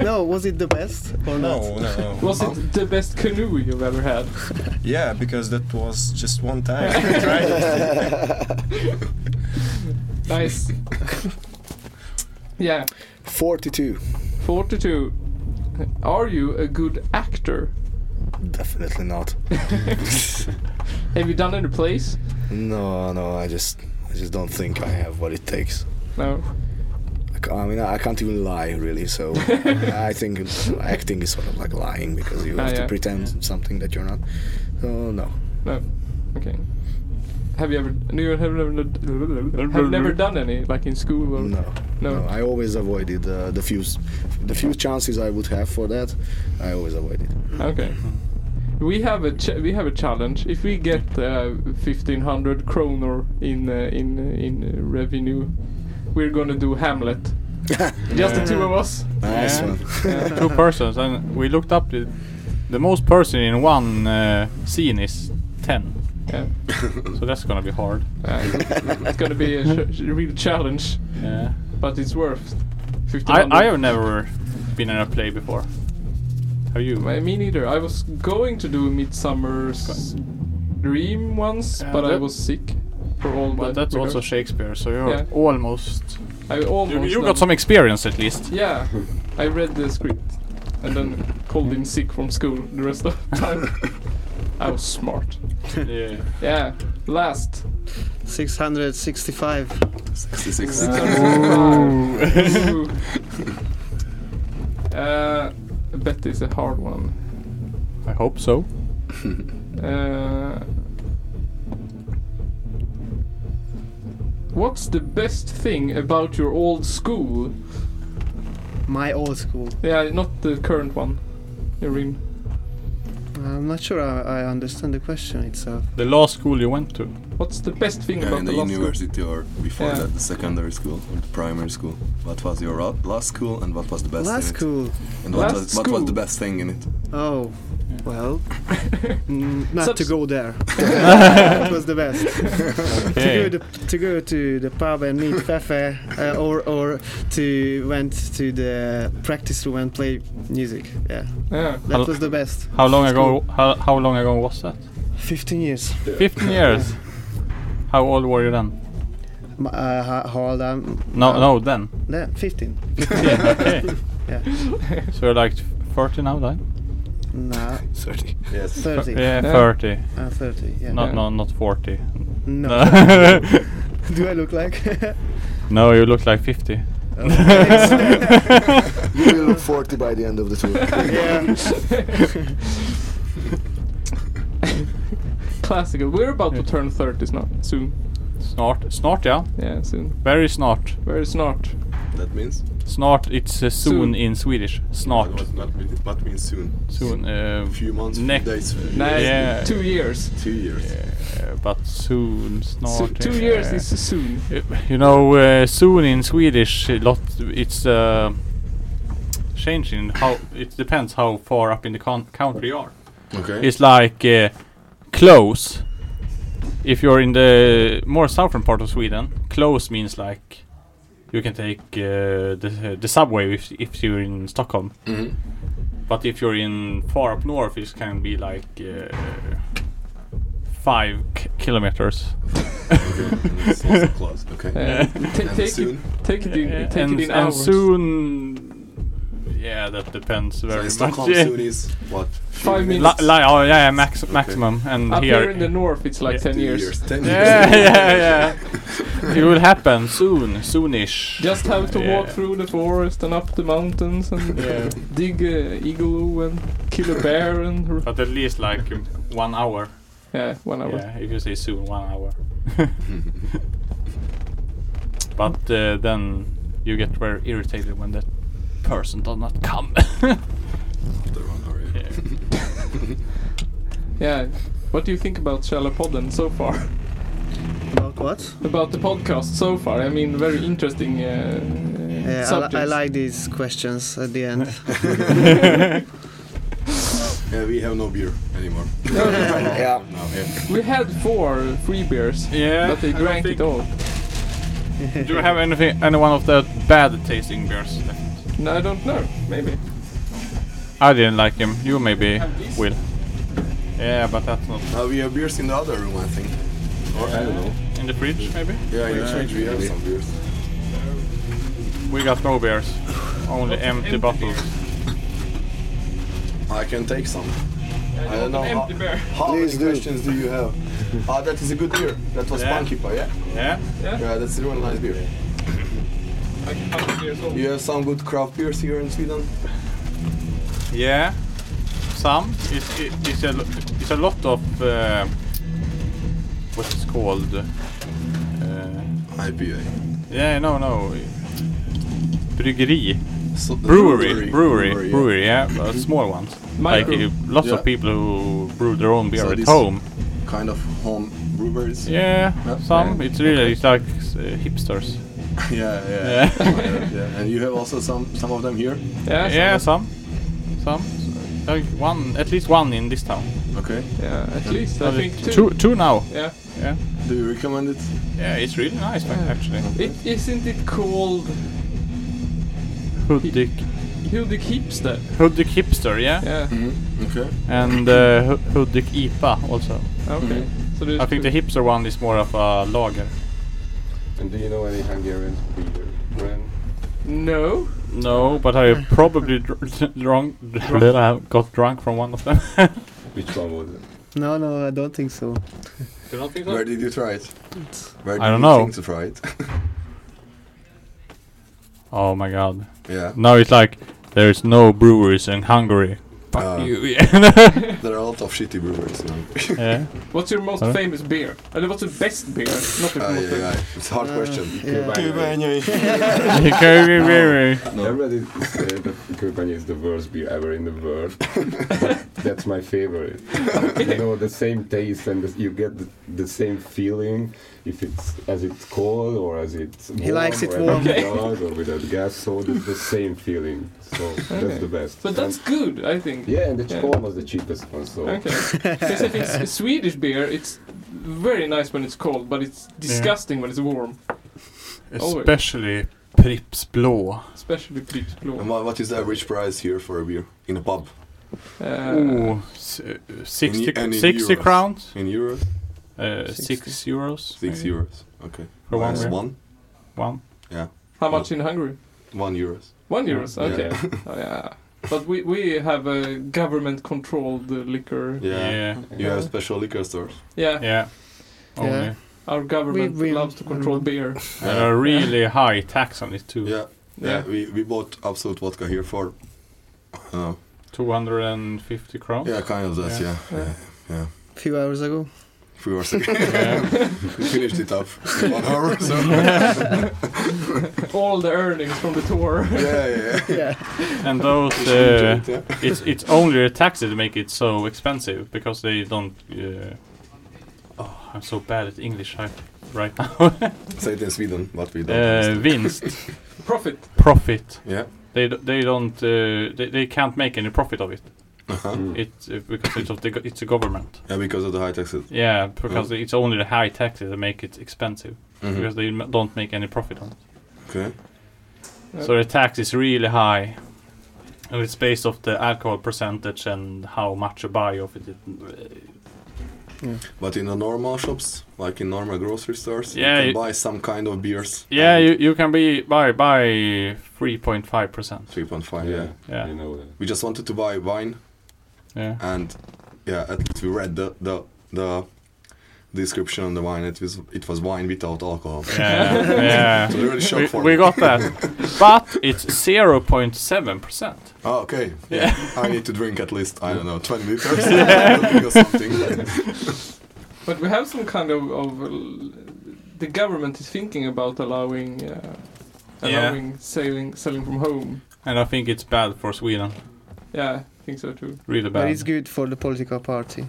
[SPEAKER 4] No, was it the best or
[SPEAKER 7] No, Oh, no.
[SPEAKER 2] Was it the best canoe you've ever had?
[SPEAKER 7] Yeah, because that was just one time. I tried it.
[SPEAKER 2] Nice. yeah.
[SPEAKER 8] 42.
[SPEAKER 2] 42. Are you a good actor?
[SPEAKER 8] Definitely not.
[SPEAKER 2] Have you done any plays?
[SPEAKER 8] No, no. I just, I just don't think I have what it takes.
[SPEAKER 2] No.
[SPEAKER 8] I ca- I mean, I can't even lie, really. So I think acting is sort of like lying because you
[SPEAKER 2] Ah,
[SPEAKER 8] have
[SPEAKER 2] yeah.
[SPEAKER 8] to pretend something that you're not. So no.
[SPEAKER 2] No. Okay. Have you ever? No, you have never. Have never done any, like in school or.
[SPEAKER 8] No,
[SPEAKER 2] No.
[SPEAKER 8] no. I always avoided uh, the few, s- the few chances I would have for that. I always avoided.
[SPEAKER 2] Okay. We have a ch- we have a challenge. If we get uh, fifteen hundred kronor in uh, in uh, in uh, revenue, we're gonna do Hamlet. Just the two of us.
[SPEAKER 8] Nice
[SPEAKER 1] Yeah.
[SPEAKER 8] one.
[SPEAKER 1] Two persons, and we looked up the, the most person in one uh, scene is 10.
[SPEAKER 2] Yeah.
[SPEAKER 1] So that's gonna be hard.
[SPEAKER 2] Uh, it's gonna be a sh- real challenge.
[SPEAKER 1] Yeah.
[SPEAKER 2] but it's worth. 1500.
[SPEAKER 1] I, I have never been in a play before. Have you?
[SPEAKER 2] I- Me neither. I was going to do Midsummer's Dream once,
[SPEAKER 1] Yeah,
[SPEAKER 2] but I
[SPEAKER 1] that-
[SPEAKER 2] was sick for all the.
[SPEAKER 1] But that's also
[SPEAKER 2] because
[SPEAKER 1] Shakespeare, so you're
[SPEAKER 2] Yeah.
[SPEAKER 1] almost.
[SPEAKER 2] I almost.
[SPEAKER 1] You, you
[SPEAKER 2] done-
[SPEAKER 1] got some experience at least.
[SPEAKER 2] Yeah, I read the script and then called in sick from school the rest of the time. I was smart.
[SPEAKER 1] Yeah.
[SPEAKER 2] Yeah. Last.
[SPEAKER 4] 665.
[SPEAKER 5] 66.
[SPEAKER 2] Ooh. uh, I bet it's a hard one.
[SPEAKER 1] I hope so.
[SPEAKER 2] Uh, what's the best thing about your old school?
[SPEAKER 4] My old school.
[SPEAKER 2] Yeah, not the current one. You're in.
[SPEAKER 4] I'm not sure I, I understand the question itself.
[SPEAKER 1] The last school you went to.
[SPEAKER 2] What's the best thing
[SPEAKER 5] Yeah,
[SPEAKER 2] about
[SPEAKER 5] in
[SPEAKER 2] the,
[SPEAKER 5] the
[SPEAKER 2] last school?
[SPEAKER 5] university or before
[SPEAKER 2] Yeah.
[SPEAKER 5] that, the secondary school or the primary school. What was your ro- last school and what was the best
[SPEAKER 4] Last
[SPEAKER 5] in
[SPEAKER 4] school.
[SPEAKER 5] it? And what,
[SPEAKER 2] Last
[SPEAKER 5] was, what was
[SPEAKER 2] school.
[SPEAKER 5] the best thing in it?
[SPEAKER 4] Oh, well, mm, not to
[SPEAKER 2] Subs-
[SPEAKER 4] go there. that was the best.
[SPEAKER 1] Okay.
[SPEAKER 4] to, go to, to go to the pub and meet Fefe, uh, or or to went to the practice room and play music.
[SPEAKER 2] Yeah.
[SPEAKER 4] Yeah,
[SPEAKER 1] Hello.
[SPEAKER 4] that was the best.
[SPEAKER 1] How long ago? How, how long ago was that?
[SPEAKER 4] Fifteen years.
[SPEAKER 1] Fifteen years. How old were you then?
[SPEAKER 4] M- Uh, ho- how old I'm?
[SPEAKER 1] No,
[SPEAKER 4] now?
[SPEAKER 1] no, then.
[SPEAKER 4] Yeah, fifteen.
[SPEAKER 1] Yeah, okay.
[SPEAKER 4] Yeah.
[SPEAKER 1] So you're like thirty now, then?
[SPEAKER 4] No,
[SPEAKER 8] Sorry.
[SPEAKER 5] Yes.
[SPEAKER 4] thirty.
[SPEAKER 1] Yeah,
[SPEAKER 2] Yeah.
[SPEAKER 1] thirty.
[SPEAKER 4] I'm thirty. Yeah.
[SPEAKER 1] Not,
[SPEAKER 2] Yeah.
[SPEAKER 1] no, not forty.
[SPEAKER 4] No. Do I look like?
[SPEAKER 1] no, you look like fifty.
[SPEAKER 4] Oh, thanks.
[SPEAKER 8] You will look 40 by the end of the tour.
[SPEAKER 4] yeah.
[SPEAKER 2] Classical. We're about to turn 30 now. Soon.
[SPEAKER 1] Snart, snart, yeah.
[SPEAKER 2] Yeah, soon.
[SPEAKER 1] Very snart.
[SPEAKER 2] Very snart.
[SPEAKER 5] That means?
[SPEAKER 1] Snart, it's uh, soon,
[SPEAKER 2] Soon.
[SPEAKER 1] in Swedish.
[SPEAKER 5] That
[SPEAKER 1] Snart.
[SPEAKER 5] was not, mean- what means soon?
[SPEAKER 1] Soon. Uh,
[SPEAKER 5] A few months, few
[SPEAKER 1] Next.
[SPEAKER 5] days, few
[SPEAKER 2] Nah,
[SPEAKER 5] years,
[SPEAKER 1] Yeah.
[SPEAKER 2] Two years.
[SPEAKER 5] two years.
[SPEAKER 1] uh, but soon, snart.
[SPEAKER 2] So, two years
[SPEAKER 1] uh,
[SPEAKER 2] is soon.
[SPEAKER 1] You know, uh, soon in Swedish, a lot it's uh, changing. How it depends how far up in the con- country you are.
[SPEAKER 5] Okay.
[SPEAKER 1] It's like uh, close. If you're in the more southern part of Sweden, close means like you can take uh, the the subway if if you're in Stockholm.
[SPEAKER 5] Mhm.
[SPEAKER 1] But if you're in far up north, it can be like uh, five k- kilometers.
[SPEAKER 5] okay. And it's also close. Okay.
[SPEAKER 2] Uh,
[SPEAKER 5] And
[SPEAKER 2] ta- take, it,
[SPEAKER 5] soon?
[SPEAKER 2] take it in,
[SPEAKER 1] Yeah,
[SPEAKER 2] take
[SPEAKER 1] and,
[SPEAKER 2] it in
[SPEAKER 1] and
[SPEAKER 2] hours.
[SPEAKER 1] soon yeah that depends
[SPEAKER 5] So
[SPEAKER 1] very
[SPEAKER 5] in
[SPEAKER 1] much
[SPEAKER 5] Stockholm,
[SPEAKER 1] yeah.
[SPEAKER 5] soon is what?
[SPEAKER 2] Five
[SPEAKER 1] Li-
[SPEAKER 2] minutes.
[SPEAKER 1] li- oh yeah max maximum and
[SPEAKER 2] Up
[SPEAKER 1] here,
[SPEAKER 2] here in the north, it's like
[SPEAKER 1] Yeah.
[SPEAKER 2] 10
[SPEAKER 5] Two
[SPEAKER 2] years.
[SPEAKER 5] Ten
[SPEAKER 1] yeah
[SPEAKER 5] years.
[SPEAKER 1] yeah yeah it will happen soon soonish
[SPEAKER 2] Just have to walk
[SPEAKER 1] Yeah.
[SPEAKER 2] through the forest and up the mountains and
[SPEAKER 1] Yeah.
[SPEAKER 2] dig a igloo and kill a bear and. r-
[SPEAKER 1] but at least like um, one hour
[SPEAKER 2] yeah, one hour.
[SPEAKER 1] yeah if you say soon one hour but uh, then you get very irritated when that person does not come
[SPEAKER 5] After one hour, yeah.
[SPEAKER 1] Yeah.
[SPEAKER 2] Yeah. What do you think about Shalapodden so far?
[SPEAKER 4] About what?
[SPEAKER 2] about the podcast so far. I mean, very interesting uh,
[SPEAKER 4] Yeah, I, li-
[SPEAKER 2] subjects.
[SPEAKER 4] I like these questions at the end.
[SPEAKER 5] Yeah, we have no beer anymore.
[SPEAKER 8] yeah.
[SPEAKER 5] Now, yeah.
[SPEAKER 2] We had four free beers,
[SPEAKER 1] yeah
[SPEAKER 2] but they
[SPEAKER 1] I don't
[SPEAKER 2] drank
[SPEAKER 1] think-
[SPEAKER 2] it all.
[SPEAKER 1] do you have anything any one of the bad tasting beers left
[SPEAKER 2] No, I don't know. Maybe.
[SPEAKER 1] I didn't like him. You maybe will. Yeah, but that's not
[SPEAKER 5] Now we have beers in the other room, I think. Or I don't know.
[SPEAKER 1] in the fridge. Maybe
[SPEAKER 5] Yeah, in exchange we have some beers.
[SPEAKER 1] we got no beers, only empty, bottles.
[SPEAKER 5] I can take some. I don't know. How,
[SPEAKER 2] beer.
[SPEAKER 5] how many
[SPEAKER 8] Please do.
[SPEAKER 5] questions do you have? Ah, that is a good beer. That was
[SPEAKER 1] Yeah.
[SPEAKER 5] Punky Pie, yeah?
[SPEAKER 1] Yeah.
[SPEAKER 5] Yeah, that's a really nice beer. You have some good craft beers here in Sweden?
[SPEAKER 1] Yeah. Some. It's it, it's a lo- it's a lot of uh, what's it called. Uh,
[SPEAKER 5] IPA.
[SPEAKER 1] yeah. No. No. Bryggeri. Brewery. Brewery. Brewery.
[SPEAKER 5] yeah.
[SPEAKER 1] yeah. But small ones.
[SPEAKER 2] Micro.
[SPEAKER 1] Like uh, lots
[SPEAKER 5] Yeah.
[SPEAKER 1] of people who brew their own beer
[SPEAKER 5] So
[SPEAKER 1] at
[SPEAKER 5] this-
[SPEAKER 1] home.
[SPEAKER 5] Kind of home breweries.
[SPEAKER 1] Yeah,
[SPEAKER 5] Yeah.
[SPEAKER 1] some.
[SPEAKER 5] Yeah.
[SPEAKER 1] It's really it's like uh, hipsters.
[SPEAKER 5] yeah, yeah.
[SPEAKER 1] Yeah.
[SPEAKER 5] yeah. yeah. And you have also some some of them here?
[SPEAKER 2] Yeah.
[SPEAKER 1] yeah,
[SPEAKER 2] some-
[SPEAKER 1] some, some. Like one, at least one in this town.
[SPEAKER 5] Okay.
[SPEAKER 2] Yeah. At least I
[SPEAKER 1] Uh,
[SPEAKER 2] think two.
[SPEAKER 1] two, two now.
[SPEAKER 2] Yeah.
[SPEAKER 1] Yeah,
[SPEAKER 5] Do you recommend it?
[SPEAKER 1] yeah. It's really nice, like, actually.
[SPEAKER 2] It, isn't it called
[SPEAKER 1] Hudik,
[SPEAKER 2] Hilde Hipster?
[SPEAKER 1] Hudik hipster, yeah,
[SPEAKER 2] Yeah.
[SPEAKER 5] Mm-hmm. Okay.
[SPEAKER 1] and uh, Hu- Hudik IPA also.
[SPEAKER 2] Okay. So there's
[SPEAKER 1] Mm-hmm. I think the
[SPEAKER 2] two.
[SPEAKER 1] hipster one is more of a lager.
[SPEAKER 6] And do you know any Hungarian beer brand?
[SPEAKER 2] No.
[SPEAKER 1] No, but I probably dr- drunk, got drunk from one of them.
[SPEAKER 6] Which one was it?
[SPEAKER 4] no, no, I don't think so.
[SPEAKER 5] Where did you try it? Where did
[SPEAKER 1] I don't
[SPEAKER 5] you
[SPEAKER 1] know.
[SPEAKER 5] think to try it?
[SPEAKER 1] oh my god!
[SPEAKER 5] yeah.
[SPEAKER 1] Oh Now it's like there's no breweries in Hungary.
[SPEAKER 2] Fuck
[SPEAKER 5] Uh,
[SPEAKER 2] you. Yeah.
[SPEAKER 5] There are a lot of shitty brewers. You know?
[SPEAKER 1] Yeah.
[SPEAKER 2] what's your most
[SPEAKER 1] Sorry?
[SPEAKER 2] famous beer? Eller what's the best beer? Not
[SPEAKER 4] Oh,
[SPEAKER 2] the
[SPEAKER 5] Aye,
[SPEAKER 2] most
[SPEAKER 5] aye,
[SPEAKER 2] famous.
[SPEAKER 5] aye. It's a hard question.
[SPEAKER 6] Everybody said that Kurbani is the worst beer ever in the world. but that's my favorite. You know, the same taste and the, you get the, the same feeling if it's as it's cold or as it's warm.
[SPEAKER 4] likes it
[SPEAKER 6] or
[SPEAKER 4] warm.
[SPEAKER 6] without gas or without gas, so it's the same feeling. So that's the best.
[SPEAKER 2] But that's good, I think.
[SPEAKER 6] And- yeah, and the
[SPEAKER 2] Yeah.
[SPEAKER 6] cold was the cheapest one. So
[SPEAKER 2] Okay. Because if it's a Swedish beer, it's very nice when it's cold, but it's disgusting when it's warm.
[SPEAKER 1] Oh, Especially Pripps blå.
[SPEAKER 2] Especially Peach
[SPEAKER 5] And
[SPEAKER 2] Blå.
[SPEAKER 5] what, what is the average price here for a beer in a pub
[SPEAKER 2] Uh,
[SPEAKER 1] Ooh, s- uh, 60,
[SPEAKER 5] And- and in
[SPEAKER 1] 60
[SPEAKER 5] euros.
[SPEAKER 1] crowns.
[SPEAKER 5] in euros?
[SPEAKER 1] Uh, 6
[SPEAKER 2] 60.
[SPEAKER 1] euros.
[SPEAKER 5] Six
[SPEAKER 1] maybe,
[SPEAKER 5] euros. Okay.
[SPEAKER 1] For one
[SPEAKER 5] Minus
[SPEAKER 1] beer.
[SPEAKER 5] one.
[SPEAKER 1] One.
[SPEAKER 2] how much in Hungary?
[SPEAKER 5] One euros.
[SPEAKER 2] One euros.
[SPEAKER 6] Yeah.
[SPEAKER 2] Okay. Oh, yeah. But we, we have a government-controlled uh, liquor.
[SPEAKER 5] Yeah.
[SPEAKER 1] Yeah.
[SPEAKER 5] You have special liquor stores.
[SPEAKER 2] Yeah,
[SPEAKER 1] Yeah. Only.
[SPEAKER 2] our government
[SPEAKER 4] We- we-
[SPEAKER 2] loves to control beer.
[SPEAKER 1] And a really high tax on it too.
[SPEAKER 5] Yeah. Yeah. We, we bought absolute vodka here for. Uh,
[SPEAKER 1] 250 crowns.
[SPEAKER 5] yeah, kind of that. Yeah.
[SPEAKER 1] Yeah.
[SPEAKER 5] yeah.
[SPEAKER 4] a few hours ago.
[SPEAKER 5] Three hours ago.
[SPEAKER 1] Yeah.
[SPEAKER 5] we finished it up in one hour. So. yeah,
[SPEAKER 2] All the earnings from the tour.
[SPEAKER 5] yeah, yeah.
[SPEAKER 4] Yeah.
[SPEAKER 1] and those
[SPEAKER 5] We should
[SPEAKER 1] uh,
[SPEAKER 5] do it, yeah.
[SPEAKER 1] it's it's only the taxes that make it so expensive because they don't uh, oh I'm so bad at English I, right now
[SPEAKER 5] Say it in Sweden, but we don't.
[SPEAKER 1] uh,
[SPEAKER 5] understand.
[SPEAKER 1] vinst
[SPEAKER 2] Profit.
[SPEAKER 1] profit
[SPEAKER 5] yeah.
[SPEAKER 1] they d- they don't uh, they, they can't make any profit of it
[SPEAKER 5] Uh-huh.
[SPEAKER 6] Mm.
[SPEAKER 1] it uh, because it's of the go- it's a government
[SPEAKER 5] Yeah, because of the high taxes.
[SPEAKER 1] yeah because
[SPEAKER 5] Mm.
[SPEAKER 1] it's only the high taxes that make it expensive
[SPEAKER 5] Mhm.
[SPEAKER 1] because they m- don't make any profit on it
[SPEAKER 5] Okay.
[SPEAKER 1] so the tax is really high and it's based off the alcohol percentage and how much you buy of it
[SPEAKER 5] But in the normal shops, like in normal grocery stores,
[SPEAKER 1] Yeah,
[SPEAKER 5] you can
[SPEAKER 1] you-
[SPEAKER 5] buy some kind of beers.
[SPEAKER 1] Yeah, you, you can be buy by three point five percent.
[SPEAKER 5] Three point five.
[SPEAKER 6] yeah,
[SPEAKER 5] Yeah.
[SPEAKER 1] Yeah.
[SPEAKER 6] you know that.
[SPEAKER 5] We just wanted to buy wine,
[SPEAKER 1] Yeah.
[SPEAKER 5] and yeah, at least we read the the the description on the wine. It was it was wine without alcohol.
[SPEAKER 1] Yeah,
[SPEAKER 5] So
[SPEAKER 1] yeah.
[SPEAKER 5] they really shocked
[SPEAKER 1] We,
[SPEAKER 5] for
[SPEAKER 1] we
[SPEAKER 5] me.
[SPEAKER 1] got that, but it's zero point seven percent.
[SPEAKER 5] Oh, okay.
[SPEAKER 1] Yeah.
[SPEAKER 5] I need to drink at least I don't know twenty liters or something.
[SPEAKER 2] But we have some kind of, of uh, l- the government is thinking about allowing uh,
[SPEAKER 1] Yeah.
[SPEAKER 2] allowing selling selling from home.
[SPEAKER 1] And I think it's bad for Sweden.
[SPEAKER 2] Yeah, I think so too.
[SPEAKER 1] Really
[SPEAKER 4] But it's
[SPEAKER 1] bad.
[SPEAKER 4] good for the political party.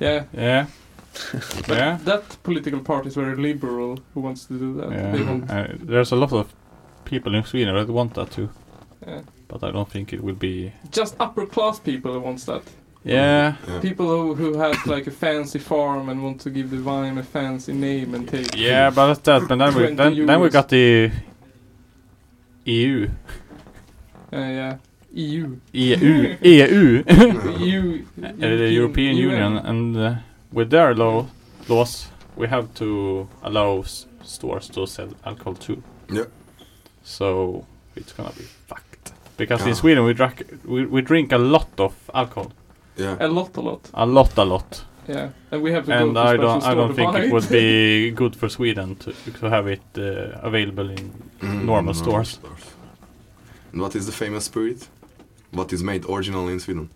[SPEAKER 2] Yeah,
[SPEAKER 1] Yeah.
[SPEAKER 2] but
[SPEAKER 1] Yeah.
[SPEAKER 2] that political party is very liberal. Who wants to do that? They
[SPEAKER 1] Yeah.
[SPEAKER 2] want,
[SPEAKER 1] Uh, there's a lot of people in Sweden that want that too,
[SPEAKER 2] yeah.
[SPEAKER 1] but I don't think it will be.
[SPEAKER 2] Just upper class people who wants that.
[SPEAKER 1] Yeah.
[SPEAKER 2] People who, who have like a fancy farm and want to give the vine a fancy name and take.
[SPEAKER 1] Yeah, but that's that. But then we then,
[SPEAKER 2] 20
[SPEAKER 1] then we
[SPEAKER 2] euros.
[SPEAKER 1] got the EU.
[SPEAKER 2] Uh, yeah. E EU.
[SPEAKER 1] EU. EU.
[SPEAKER 2] EU.
[SPEAKER 1] uh,
[SPEAKER 2] E
[SPEAKER 1] the European Union, and uh, with their law laws, we have to allow s- stores to sell alcohol too.
[SPEAKER 5] Yeah.
[SPEAKER 1] So it's gonna be fucked because in
[SPEAKER 5] Ah.
[SPEAKER 1] Sweden we drink we, we drink a lot of alcohol,
[SPEAKER 5] Yeah.
[SPEAKER 2] A lot, a lot.
[SPEAKER 1] a lot, a lot,
[SPEAKER 2] Yeah, and we have to
[SPEAKER 1] and
[SPEAKER 2] go to
[SPEAKER 1] I
[SPEAKER 2] special
[SPEAKER 1] don't
[SPEAKER 2] store
[SPEAKER 1] I
[SPEAKER 2] to
[SPEAKER 1] don't think
[SPEAKER 2] buy
[SPEAKER 1] it would be good for Sweden to to have it uh, available in
[SPEAKER 5] Mm,
[SPEAKER 1] normal stores.
[SPEAKER 5] And what is the famous spirit? What is made originally in Sweden?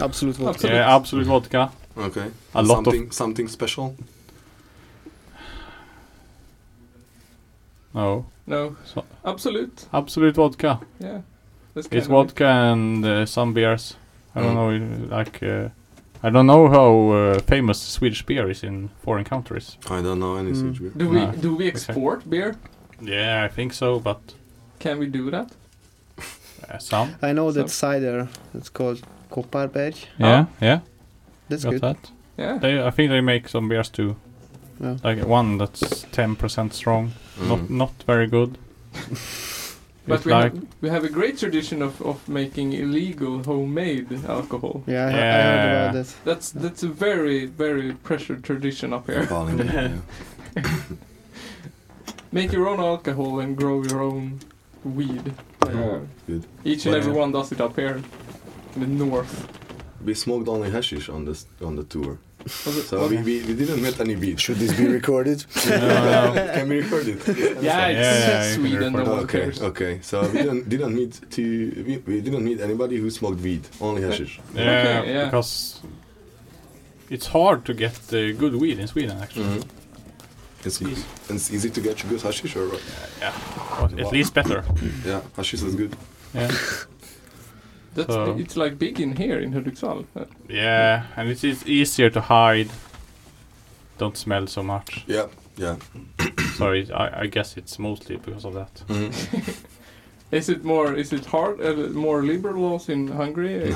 [SPEAKER 4] Absolute vodka.
[SPEAKER 2] Absolute.
[SPEAKER 1] Yeah, absolute vodka.
[SPEAKER 5] Okay.
[SPEAKER 1] A lot of-
[SPEAKER 5] something, something special.
[SPEAKER 1] No,
[SPEAKER 2] No,
[SPEAKER 1] So-
[SPEAKER 2] absolute.
[SPEAKER 1] absolute vodka.
[SPEAKER 2] Yeah, that's
[SPEAKER 1] It's
[SPEAKER 2] kind of
[SPEAKER 1] vodka and uh, some beers. I don't
[SPEAKER 5] Mm.
[SPEAKER 1] know, uh, like uh, I don't know how uh, famous Swedish beer is in foreign countries.
[SPEAKER 5] I don't know any
[SPEAKER 4] Mm.
[SPEAKER 5] such beer.
[SPEAKER 2] it. Do we
[SPEAKER 1] No.
[SPEAKER 2] do we export beer?
[SPEAKER 1] Yeah, I think so, but
[SPEAKER 2] Can we do that?
[SPEAKER 1] uh, some.
[SPEAKER 4] I know that
[SPEAKER 2] So-
[SPEAKER 4] cider. It's called Kopparberg.
[SPEAKER 1] Yeah, yeah,
[SPEAKER 4] That's
[SPEAKER 1] got
[SPEAKER 4] good.
[SPEAKER 1] that.
[SPEAKER 2] Yeah,
[SPEAKER 1] They, I think they make some beers too.
[SPEAKER 4] Yeah.
[SPEAKER 1] Like one that's ten percent strong. Not
[SPEAKER 5] Mm.
[SPEAKER 1] not very good.
[SPEAKER 2] but
[SPEAKER 1] It's
[SPEAKER 2] we,
[SPEAKER 1] like
[SPEAKER 2] have, we have a great tradition of, of making illegal homemade alcohol.
[SPEAKER 4] Yeah, I, he- I heard about
[SPEAKER 1] Yeah.
[SPEAKER 4] that.
[SPEAKER 2] That's that's a very very pressured tradition up here.
[SPEAKER 5] Falling, yeah.
[SPEAKER 2] Make your own alcohol and grow your own weed.
[SPEAKER 6] Yeah.
[SPEAKER 5] Oh, Good.
[SPEAKER 2] Each and
[SPEAKER 5] Yeah.
[SPEAKER 2] every one does it up here in the north.
[SPEAKER 5] We smoked only hashish on this on the tour.
[SPEAKER 2] Was it-
[SPEAKER 5] So
[SPEAKER 2] was-
[SPEAKER 5] we, we, we didn't get any beat.
[SPEAKER 8] Should this be recorded?
[SPEAKER 5] Can we record it?
[SPEAKER 2] yeah, it's
[SPEAKER 1] Yeah, yeah, you can
[SPEAKER 2] Sweden. No
[SPEAKER 1] record
[SPEAKER 2] one
[SPEAKER 5] Okay,
[SPEAKER 2] cares.
[SPEAKER 5] okay. So we didn't didn't meet to we, we didn't meet anybody who smoked weed, only hashish.
[SPEAKER 1] Yeah,
[SPEAKER 2] Okay, yeah.
[SPEAKER 1] because it's hard to get uh, good weed in Sweden actually.
[SPEAKER 5] Mm-hmm. It's, easy. it's easy to get good hashish or what?
[SPEAKER 1] Or At least better.
[SPEAKER 5] Yeah, hashish is good.
[SPEAKER 1] Yeah.
[SPEAKER 2] That's,
[SPEAKER 1] So-
[SPEAKER 2] It's like big in here in Hudiksvall. Uh,
[SPEAKER 1] yeah, and it's, it's easier to hide. Don't smell so much.
[SPEAKER 5] Yeah, yeah.
[SPEAKER 1] Sorry, I, I guess it's mostly because of that.
[SPEAKER 2] Is it more? Is it hard? Uh, more liberal laws in Hungary?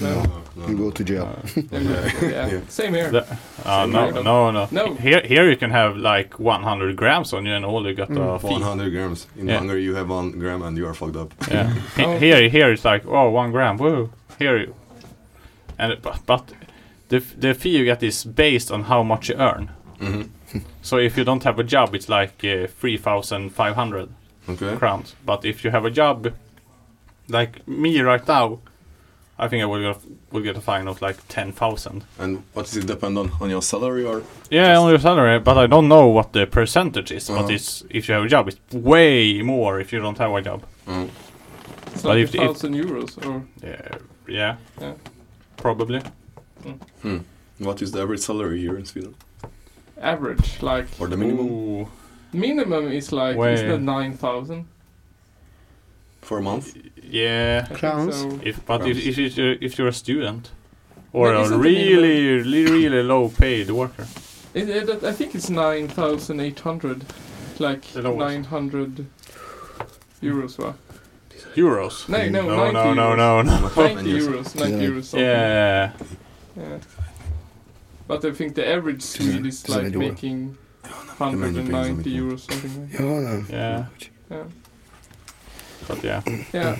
[SPEAKER 2] No.
[SPEAKER 5] Uh,
[SPEAKER 8] You go to jail.
[SPEAKER 2] yeah. Same here.
[SPEAKER 1] The- uh, no,
[SPEAKER 2] here.
[SPEAKER 1] no, no,
[SPEAKER 2] No.
[SPEAKER 1] Here, here you can have like 100 grams on you, and all you got a fee.
[SPEAKER 5] 100 grams. In
[SPEAKER 1] Yeah.
[SPEAKER 5] Hungary, you have one gram and you are fucked up.
[SPEAKER 1] Yeah. He-
[SPEAKER 2] Oh.
[SPEAKER 1] Here, here it's like oh, one gram. Woo. Here, you- and it- but, but the f- the fee you get is based on how much you earn.
[SPEAKER 5] Mm-hmm.
[SPEAKER 1] so if you don't have a job, it's like uh, 3,500
[SPEAKER 5] Okay.
[SPEAKER 1] crowns. But if you have a job, like me right now, I think I will get will get a fine of like 10,000.
[SPEAKER 5] And what does it depend on? On your salary or?
[SPEAKER 1] Yeah, on your salary, but I don't know what the percentage is.
[SPEAKER 5] Uh-huh.
[SPEAKER 1] But it's if you have a job, it's way more if you don't have a job.
[SPEAKER 5] Mm.
[SPEAKER 2] It's
[SPEAKER 1] but
[SPEAKER 2] like a
[SPEAKER 1] if- if-
[SPEAKER 2] thousand euros or
[SPEAKER 1] Yeah, yeah,
[SPEAKER 2] Yeah.
[SPEAKER 1] probably.
[SPEAKER 5] What is the average salary here in Sweden?
[SPEAKER 2] average. Like
[SPEAKER 5] Or the minimum
[SPEAKER 1] Ooh,
[SPEAKER 2] minimum is like isn't
[SPEAKER 1] Way-
[SPEAKER 2] that nine thousand?
[SPEAKER 5] for a month?
[SPEAKER 1] yeah.
[SPEAKER 4] Crowns?
[SPEAKER 2] So.
[SPEAKER 1] If but if
[SPEAKER 5] Perhaps.
[SPEAKER 1] if you're, if you're a student or
[SPEAKER 2] But
[SPEAKER 1] a
[SPEAKER 2] isn't the
[SPEAKER 1] really really, really low paid worker,
[SPEAKER 2] It, it, that- I think it's 9,800. Like
[SPEAKER 1] The lowest.
[SPEAKER 2] 900 euros, va?
[SPEAKER 1] euros.
[SPEAKER 2] No, no,
[SPEAKER 1] No,
[SPEAKER 2] 90
[SPEAKER 1] no, no,
[SPEAKER 2] euros.
[SPEAKER 1] no, no.
[SPEAKER 2] 90 euros, 90
[SPEAKER 8] Yeah.
[SPEAKER 2] euros something.
[SPEAKER 1] Yeah,
[SPEAKER 2] Yeah. But I think the average Swede is
[SPEAKER 8] Tusen
[SPEAKER 2] like
[SPEAKER 8] euro.
[SPEAKER 2] making 190 euros something like
[SPEAKER 1] yeah,
[SPEAKER 2] Yeah.
[SPEAKER 1] but yeah,
[SPEAKER 2] Yeah.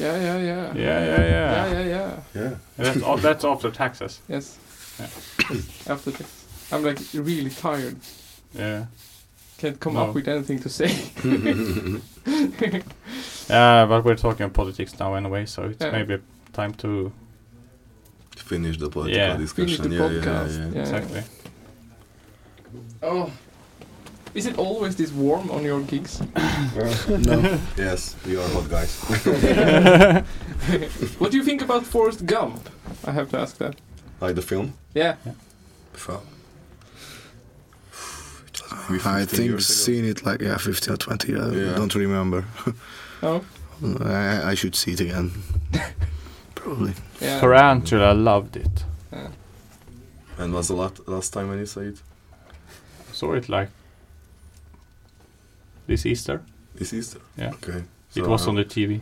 [SPEAKER 2] Yeah, yeah, yeah.
[SPEAKER 1] yeah, yeah, yeah.
[SPEAKER 2] yeah, yeah, yeah.
[SPEAKER 5] Yeah.
[SPEAKER 1] That's all, that's after taxes.
[SPEAKER 2] Yes.
[SPEAKER 1] Yeah.
[SPEAKER 2] After this. I'm like really tired.
[SPEAKER 1] Yeah.
[SPEAKER 2] Can't come
[SPEAKER 1] No.
[SPEAKER 2] up with anything to say.
[SPEAKER 1] Yeah, but we're talking politics now anyway, so it's
[SPEAKER 2] Yeah.
[SPEAKER 1] maybe time to
[SPEAKER 5] Finish the political
[SPEAKER 1] Yeah.
[SPEAKER 2] Finish
[SPEAKER 5] discussion.
[SPEAKER 2] the
[SPEAKER 5] yeah, yeah,
[SPEAKER 2] podcast.
[SPEAKER 5] yeah,
[SPEAKER 2] Yeah.
[SPEAKER 1] exactly.
[SPEAKER 2] Oh. Is it always this warm on your gigs?
[SPEAKER 5] Yes, we are hot guys.
[SPEAKER 2] What do you think about Forrest Gump? I have to ask that.
[SPEAKER 5] like the film?
[SPEAKER 2] Yeah.
[SPEAKER 5] From.
[SPEAKER 8] I think
[SPEAKER 5] see.
[SPEAKER 8] seen it like yeah, 15 or 20. I
[SPEAKER 5] Yeah.
[SPEAKER 8] don't remember.
[SPEAKER 2] Oh.
[SPEAKER 8] I, I should see it again. Probably.
[SPEAKER 2] Yeah.
[SPEAKER 1] Tarantula loved it.
[SPEAKER 5] And was the last, last time when you saw it?
[SPEAKER 1] Saw it like this Easter.
[SPEAKER 5] This Easter?
[SPEAKER 1] Yeah.
[SPEAKER 5] Okay.
[SPEAKER 1] it
[SPEAKER 5] So,
[SPEAKER 1] was
[SPEAKER 5] uh,
[SPEAKER 1] on the TV.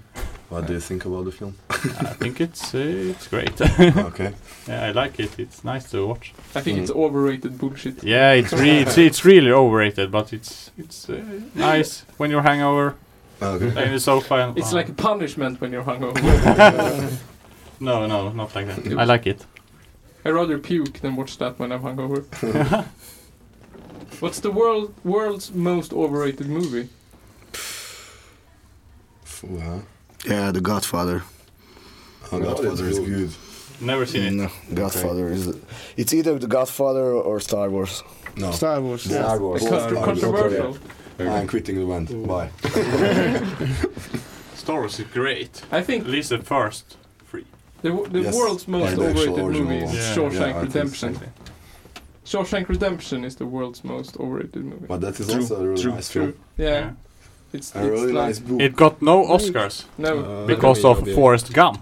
[SPEAKER 5] What do you think about the film?
[SPEAKER 1] I think it's uh, it's great.
[SPEAKER 5] okay.
[SPEAKER 1] yeah, I like it. It's nice to watch.
[SPEAKER 2] I think it's overrated bullshit.
[SPEAKER 1] Yeah, it's re- it's, it's really overrated, but it's it's uh, nice when you're hangover
[SPEAKER 5] Okay.
[SPEAKER 1] like in the sofa. And,
[SPEAKER 2] It's
[SPEAKER 1] oh.
[SPEAKER 2] like a punishment when you're hungover.
[SPEAKER 1] no, no, not like that. I like it.
[SPEAKER 2] I rather puke than watch that when I'm hungover. What's the world world's most overrated movie?
[SPEAKER 5] Fuh, huh?
[SPEAKER 8] Yeah, The Godfather.
[SPEAKER 5] Oh, Godfather is good.
[SPEAKER 1] Never seen it.
[SPEAKER 8] No, Godfather is. it's either The Godfather or Star Wars.
[SPEAKER 5] No.
[SPEAKER 4] Star Wars.
[SPEAKER 6] Star
[SPEAKER 2] A
[SPEAKER 6] Wars.
[SPEAKER 2] contro-
[SPEAKER 5] Star Wars.
[SPEAKER 2] controversial. Mm.
[SPEAKER 5] I'm quitting the band. Bye.
[SPEAKER 1] Star Wars is great.
[SPEAKER 2] I think
[SPEAKER 1] At least the first three.
[SPEAKER 2] the, w- the
[SPEAKER 5] Yes.
[SPEAKER 2] world's most
[SPEAKER 5] Yeah, the actual
[SPEAKER 2] overrated movie
[SPEAKER 5] original
[SPEAKER 2] is
[SPEAKER 5] one.
[SPEAKER 1] Yeah.
[SPEAKER 2] Shawshank
[SPEAKER 5] Yeah, I think
[SPEAKER 2] Redemption.
[SPEAKER 1] Exactly.
[SPEAKER 2] Shawshank Redemption is the world's most overrated movie.
[SPEAKER 5] But that is
[SPEAKER 7] True,
[SPEAKER 5] also a really
[SPEAKER 7] true,
[SPEAKER 5] nice
[SPEAKER 2] True.
[SPEAKER 5] film.
[SPEAKER 2] Yeah.
[SPEAKER 1] Yeah.
[SPEAKER 2] It's,
[SPEAKER 5] A
[SPEAKER 2] it's
[SPEAKER 5] really Uh,
[SPEAKER 2] like, Uh,
[SPEAKER 5] nice book.
[SPEAKER 1] It got no Oscars
[SPEAKER 2] no.
[SPEAKER 1] because of Forrest Gump.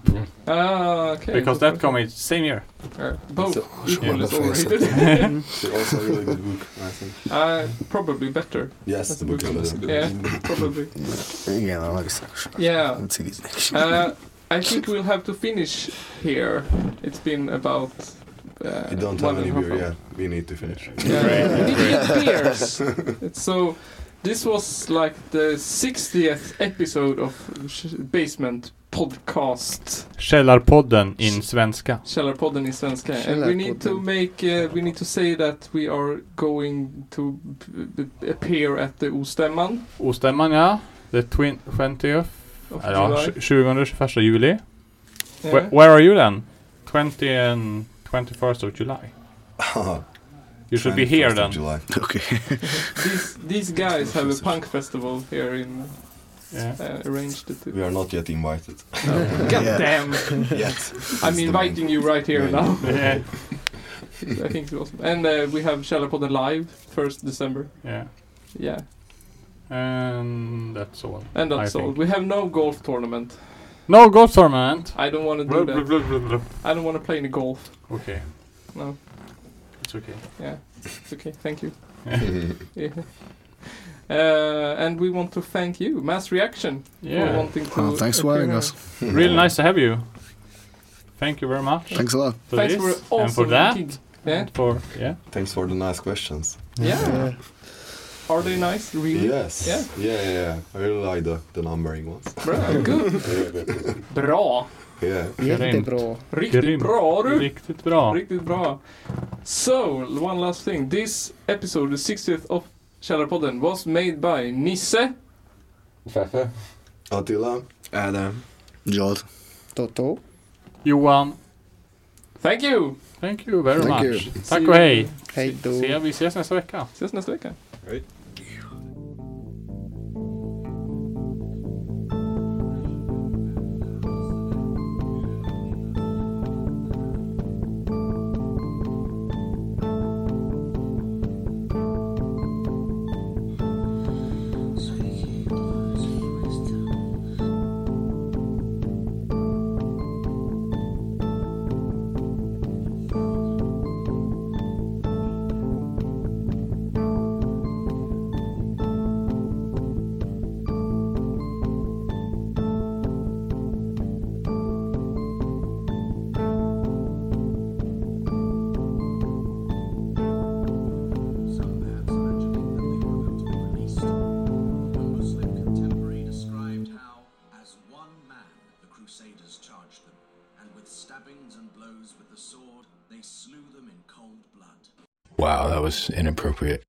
[SPEAKER 2] Ah, okay.
[SPEAKER 1] Because that came in same year.
[SPEAKER 2] Uh, both
[SPEAKER 5] So-
[SPEAKER 2] equally
[SPEAKER 8] Yeah.
[SPEAKER 2] overrated.
[SPEAKER 5] It's also a really good book, I think.
[SPEAKER 2] uh, probably better.
[SPEAKER 5] Yes, the book is better.
[SPEAKER 2] Yeah, probably.
[SPEAKER 8] Yeah, I like Star Wars.
[SPEAKER 2] Yeah.
[SPEAKER 8] Let's see this next.
[SPEAKER 2] Uh, I think we'll have to finish here. It's been about. Uh,
[SPEAKER 5] You don't
[SPEAKER 2] one
[SPEAKER 5] have any
[SPEAKER 2] and a half
[SPEAKER 5] beer,
[SPEAKER 2] hour.
[SPEAKER 5] yeah. We need to finish.
[SPEAKER 2] Yeah. We need to get beers. It's so this was like the 60th episode of Sh- Basement Podcast.
[SPEAKER 1] Källarpodden in svenska.
[SPEAKER 2] Källarpodden i svenska. And we need to
[SPEAKER 4] Källarpodden.
[SPEAKER 2] make, uh, we need to say that we are going to b- b- appear at the Ostämman
[SPEAKER 1] Ostämman ja. The twin 20th.
[SPEAKER 2] of
[SPEAKER 1] Ja,
[SPEAKER 2] July.
[SPEAKER 1] 20-21 juli.
[SPEAKER 2] Yeah.
[SPEAKER 1] Where, where are you then? 20 and 21st of July. You should be here
[SPEAKER 5] 21st of
[SPEAKER 1] then.
[SPEAKER 5] July.
[SPEAKER 3] Okay.
[SPEAKER 2] These, these guys have a punk festival here in
[SPEAKER 1] Yeah.
[SPEAKER 2] uh, arranged it.
[SPEAKER 5] We are not yet invited.
[SPEAKER 2] God
[SPEAKER 3] Yeah.
[SPEAKER 2] damn!
[SPEAKER 5] yet.
[SPEAKER 2] I'm inviting you right here
[SPEAKER 5] main-
[SPEAKER 2] now.
[SPEAKER 1] yeah.
[SPEAKER 2] I think it's awesome. And uh, we have Källarpodden live 1st December.
[SPEAKER 1] Yeah.
[SPEAKER 2] Yeah,
[SPEAKER 1] And that's all.
[SPEAKER 2] and that's
[SPEAKER 1] I
[SPEAKER 2] all.
[SPEAKER 1] think.
[SPEAKER 2] We have no golf tournament.
[SPEAKER 1] No golf tournament.
[SPEAKER 2] I don't want to do
[SPEAKER 1] Blah, blah,
[SPEAKER 2] that.
[SPEAKER 1] blah, blah, blah.
[SPEAKER 2] I don't want to play any golf.
[SPEAKER 1] Okay.
[SPEAKER 2] No,
[SPEAKER 1] It's okay.
[SPEAKER 2] yeah, it's okay. Thank you.
[SPEAKER 5] you.
[SPEAKER 2] Yeah. Uh, and we want to thank you, Mass Reaction, for
[SPEAKER 1] Yeah.
[SPEAKER 2] wanting to.
[SPEAKER 3] Oh, thanks for
[SPEAKER 2] appear
[SPEAKER 3] having
[SPEAKER 2] here.
[SPEAKER 3] us.
[SPEAKER 1] Really nice to have you. Thank you very much
[SPEAKER 3] Thanks a lot.
[SPEAKER 1] for
[SPEAKER 2] Thanks for
[SPEAKER 1] this
[SPEAKER 2] awesome
[SPEAKER 1] and for that.
[SPEAKER 2] gig. Yeah.
[SPEAKER 1] And for yeah.
[SPEAKER 5] Thanks for the nice questions.
[SPEAKER 2] yeah. Are they nice? Really?
[SPEAKER 5] Yes.
[SPEAKER 2] Yeah.
[SPEAKER 5] Yeah, yeah, yeah. I really like the, the numbering ones.
[SPEAKER 2] Bra, good. Bra.
[SPEAKER 5] Yeah.
[SPEAKER 1] Jättebra.
[SPEAKER 2] Riktigt
[SPEAKER 1] Grymt.
[SPEAKER 2] bra du.
[SPEAKER 1] Riktigt bra.
[SPEAKER 2] Riktigt bra. So, one last thing. This episode, the 60th of Källarpodden, was made by Nisse,
[SPEAKER 6] Fefe?
[SPEAKER 5] Attila.
[SPEAKER 9] Adam.
[SPEAKER 3] Jod.
[SPEAKER 4] Toto.
[SPEAKER 1] Johan,
[SPEAKER 2] thank you!
[SPEAKER 1] thank you very
[SPEAKER 3] Thank
[SPEAKER 1] much.
[SPEAKER 3] you.
[SPEAKER 1] Tack och hej.
[SPEAKER 4] Hej då.
[SPEAKER 1] Se, vi ses nästa vecka.
[SPEAKER 2] Ses nästa vecka.
[SPEAKER 7] Some maps mentioning that they were going to be released. A Muslim contemporary described how, as one man, the Crusaders charged them, and with stabbings and blows with the sword, they slew them in cold blood.
[SPEAKER 10] Wow, that was inappropriate.